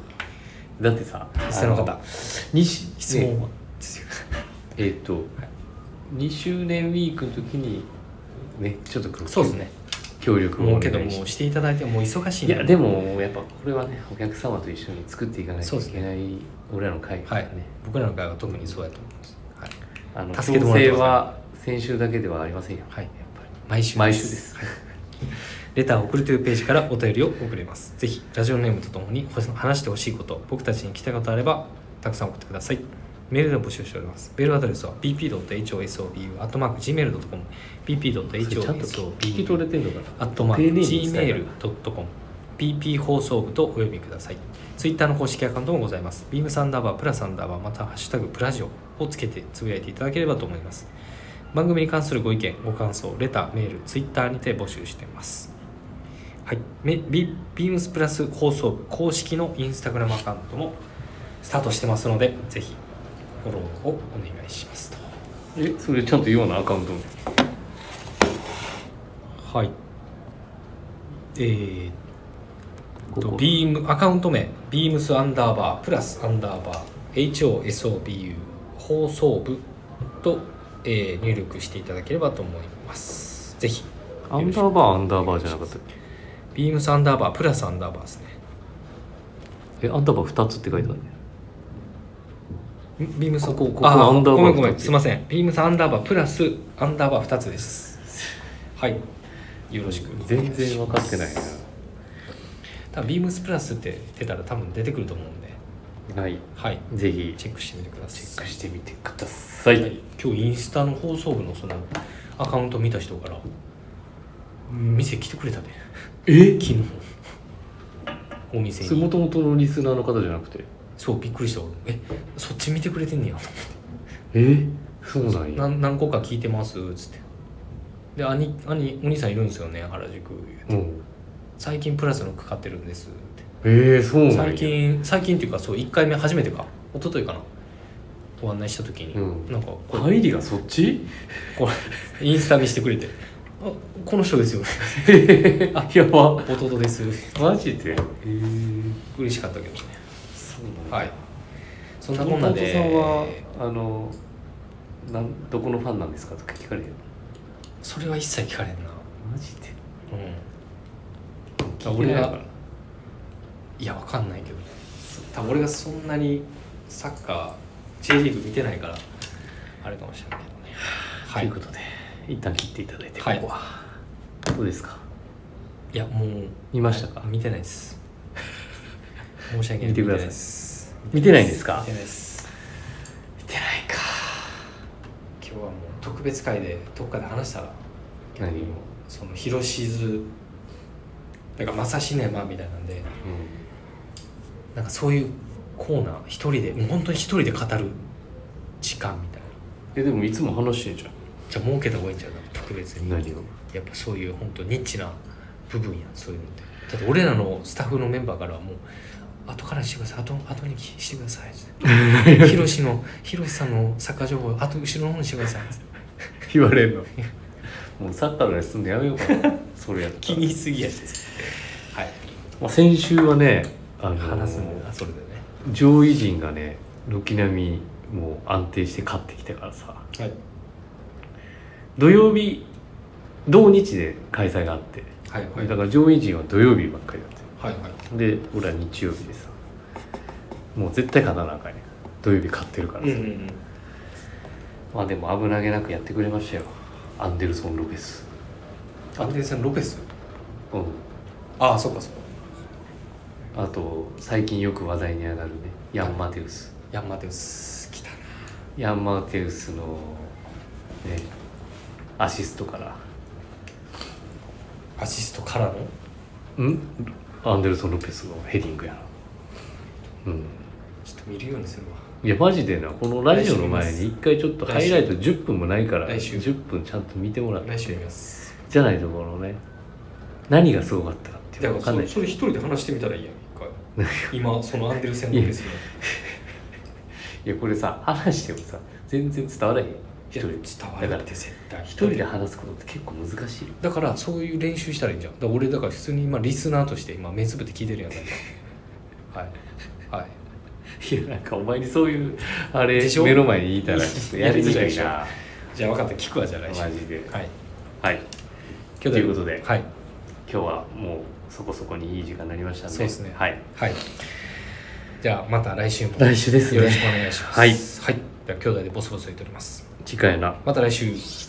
[SPEAKER 2] だってさ、
[SPEAKER 1] リスナーの
[SPEAKER 2] あ
[SPEAKER 1] 方
[SPEAKER 2] にし
[SPEAKER 1] 質問
[SPEAKER 2] ね
[SPEAKER 1] は
[SPEAKER 2] えっと2周年ウィークの時にねちょっとこ
[SPEAKER 1] そうですね
[SPEAKER 2] 協力を
[SPEAKER 1] も
[SPEAKER 2] お
[SPEAKER 1] うけど
[SPEAKER 2] 願
[SPEAKER 1] も
[SPEAKER 2] いして
[SPEAKER 1] う。していただいてもう忙しい
[SPEAKER 2] い
[SPEAKER 1] ん
[SPEAKER 2] やでもやっぱこれはねお客様と一緒に作っていかないといけない、俺らの会
[SPEAKER 1] は
[SPEAKER 2] だ
[SPEAKER 1] い
[SPEAKER 2] からね、
[SPEAKER 1] 僕らの会は特にそうやと思います、はい
[SPEAKER 2] あの
[SPEAKER 1] 助けても
[SPEAKER 2] 調
[SPEAKER 1] らって
[SPEAKER 2] 整
[SPEAKER 1] ます
[SPEAKER 2] は先週だけではありませんよ、
[SPEAKER 1] はい
[SPEAKER 2] やっぱり
[SPEAKER 1] 毎週
[SPEAKER 2] 毎週です
[SPEAKER 1] はいレターを送るというページからお便りを送れますぜひラジオネームとともにほし話してほしいこと僕たちに聞きたいことあればたくさん送ってくださいメールでも募集しておりますメールアドレスは bp.hosobu.gmail.com
[SPEAKER 2] それちゃんと聞き
[SPEAKER 1] bp.hosobu
[SPEAKER 2] 取れてんのかな
[SPEAKER 1] アットマー
[SPEAKER 2] 丁寧
[SPEAKER 1] ク
[SPEAKER 2] に伝えたい
[SPEAKER 1] gmail.com pp 放送部とお呼びくださいツイッターの公式アカウントもございますビームサンダーバープラサンダーバーまたはハッシュタグプラジオをつけてつぶやいていただければと思います番組に関するご意見ご感想レターメールツイッターにて募集していますはいめビビームスプラス放送部公式のインスタグラムアカウントもスタートしてますのでぜひフォローをお願いしますと
[SPEAKER 2] えそれちゃんと言わなアカウントも
[SPEAKER 1] はい。えー、
[SPEAKER 2] こ
[SPEAKER 1] と
[SPEAKER 2] こ
[SPEAKER 1] ビームアカウント名ビームスアンダーバープラスアンダーバー HOSOBU 放送部と、えー入力していただければと思います。ぜひ
[SPEAKER 2] アンダーバーアンダーバーじゃなかったっ
[SPEAKER 1] ビームスアンダーバープラスアンダーバーですね。
[SPEAKER 2] けえアンダーバー2つって書いてあるね
[SPEAKER 1] んビームス
[SPEAKER 2] ここここ
[SPEAKER 1] あ
[SPEAKER 2] アンダーバー
[SPEAKER 1] ごめんごめ
[SPEAKER 2] 二
[SPEAKER 1] ん
[SPEAKER 2] つ
[SPEAKER 1] すいませんビームスアンダーバープラスアンダーバー2つです。はいよろしくお願いします
[SPEAKER 2] 全然分かってない
[SPEAKER 1] 多分ビームスプラスって出たら多分出てくると思うんで
[SPEAKER 2] なはい
[SPEAKER 1] はい
[SPEAKER 2] ぜひ
[SPEAKER 1] チェックしてみてください。
[SPEAKER 2] チェックしてみてください、
[SPEAKER 1] はい今日インスタの放送部のそのアカウント見た人から「店来てくれたで
[SPEAKER 2] え
[SPEAKER 1] 昨日お店
[SPEAKER 2] それも
[SPEAKER 1] に
[SPEAKER 2] ともとのリスナーの方じゃなくて
[SPEAKER 1] そうびっくりした俺えそっち見てくれてんねや
[SPEAKER 2] えそうなんや
[SPEAKER 1] 何何個か聞いてます」っつってで兄兄お兄さんいるんですよね原宿
[SPEAKER 2] うん
[SPEAKER 1] 最近プラスのかかってるんですって
[SPEAKER 2] えー、そうなんや
[SPEAKER 1] 最近最近っていうかそう1回目初めてか一昨日かなご案内した時に、
[SPEAKER 2] うん
[SPEAKER 1] なんかこれ
[SPEAKER 2] 入りがそっち [laughs]
[SPEAKER 1] これインスタ見してくれて「あこの人ですよね」
[SPEAKER 2] あやば
[SPEAKER 1] 弟ですびっ
[SPEAKER 2] マジでえー、
[SPEAKER 1] くりしかったけどね
[SPEAKER 2] そうなんや
[SPEAKER 1] はいそんなこんなで
[SPEAKER 2] 弟さんはあのなんどこのファンなんですかとか聞かれへんの
[SPEAKER 1] それは一切聞かれんな
[SPEAKER 2] マジで
[SPEAKER 1] うん
[SPEAKER 2] 聞いて
[SPEAKER 1] 俺
[SPEAKER 2] ないか
[SPEAKER 1] が
[SPEAKER 2] ない
[SPEAKER 1] やわかんないけどね多分俺がそんなにサッカー J リーグ見てないからあれかもしれないけどねは
[SPEAKER 2] という
[SPEAKER 1] い
[SPEAKER 2] ことで一旦切っていただいて
[SPEAKER 1] はい
[SPEAKER 2] ここはどうですか
[SPEAKER 1] いやもう
[SPEAKER 2] 見ましたか
[SPEAKER 1] 見てないです申し訳ない
[SPEAKER 2] 見てください
[SPEAKER 1] 見です
[SPEAKER 2] 見てないんですか
[SPEAKER 1] 見てないです見てないか今日はもう特別会でどっかで話したら
[SPEAKER 2] 何を、
[SPEAKER 1] その広しずだから正シネマみたいなんでなんかそういうコーナー一人でもう本当に一人で語る時間みたいな
[SPEAKER 2] えでもいつも話してんじゃ
[SPEAKER 1] じゃあ設けた方がいいんちゃうかな特別
[SPEAKER 2] ん
[SPEAKER 1] に
[SPEAKER 2] 何を
[SPEAKER 1] やっぱそういう本当ニッチな部分やそういうのってだって俺らのスタッフのメンバーからはもう後からにしてください後後にしてくださいって [laughs] ヒロシのヒロシさんのサッカー情報後後ろの方にしてくださいって
[SPEAKER 2] 言われるのもうサッカーの休んでやめようかなそれや [laughs] った
[SPEAKER 1] 気
[SPEAKER 2] ら
[SPEAKER 1] にすぎやしはい
[SPEAKER 2] まあ、先週はねあの
[SPEAKER 1] 話すんだそれでね
[SPEAKER 2] 上位陣がね軒並みもう安定して勝ってきたからさ
[SPEAKER 1] はい
[SPEAKER 2] 土曜日同日で開催があって、
[SPEAKER 1] はいはい
[SPEAKER 2] だから上位陣は土曜日ばっかりだ
[SPEAKER 1] は
[SPEAKER 2] っ
[SPEAKER 1] いはい
[SPEAKER 2] てで俺は日曜日でさもう絶対勝たなあかんね土曜日勝ってるから
[SPEAKER 1] うん
[SPEAKER 2] さ、
[SPEAKER 1] うんうん
[SPEAKER 2] まあでも危なげなくやってくれましたよアンデルソン・ロペス
[SPEAKER 1] アンデルセン・ロペス
[SPEAKER 2] うん
[SPEAKER 1] ああそっかそっか
[SPEAKER 2] あと最近よく話題に上がるねヤン・マテウス
[SPEAKER 1] ヤンマテウス来たな
[SPEAKER 2] ヤン・マテウスの、ね、アシストから
[SPEAKER 1] アシストからの
[SPEAKER 2] んアンデルソン・ロペスのヘディングやなうん
[SPEAKER 1] ちょっと見るようにするわ
[SPEAKER 2] いやマジでなこのラジオの前に一回ちょっとハイライト10分もないから
[SPEAKER 1] 来週
[SPEAKER 2] 10分ちゃんと見てもらって
[SPEAKER 1] 来週見ます
[SPEAKER 2] じゃないところね何がすごかったかっていう
[SPEAKER 1] だ
[SPEAKER 2] の
[SPEAKER 1] から
[SPEAKER 2] わかんない
[SPEAKER 1] そそれ一人で話してみたらいいやん一
[SPEAKER 2] [laughs]
[SPEAKER 1] 回今そのアンデルセン・ロペスの
[SPEAKER 2] いやこれさ話してもさ全然伝わらへん一
[SPEAKER 1] 一
[SPEAKER 2] 人
[SPEAKER 1] 人
[SPEAKER 2] で
[SPEAKER 1] 伝わるって絶対一
[SPEAKER 2] 一人で話すことって結構難しいよ
[SPEAKER 1] だからそういう練習したらいいじゃんだから俺だから普通に今リスナーとして今目つぶって聞いてるや [laughs] んはいはい
[SPEAKER 2] [laughs] いやなんかお前にそういうあれ
[SPEAKER 1] でしょ
[SPEAKER 2] 目の前にいたらちょっとやりづら
[SPEAKER 1] い
[SPEAKER 2] い
[SPEAKER 1] や
[SPEAKER 2] な
[SPEAKER 1] じゃあ分かった聞くわじゃあ来週
[SPEAKER 2] マジで
[SPEAKER 1] はい
[SPEAKER 2] はい
[SPEAKER 1] と
[SPEAKER 2] ということで
[SPEAKER 1] はい
[SPEAKER 2] 今日はもうそこそこにいい時間になりましたんで
[SPEAKER 1] そうですね
[SPEAKER 2] はい
[SPEAKER 1] はいじゃあまた来週も
[SPEAKER 2] 来週ですね
[SPEAKER 1] よろしくお願いします
[SPEAKER 2] はい
[SPEAKER 1] はい、では兄弟でボソボソ言っております
[SPEAKER 2] 次回な
[SPEAKER 1] また来週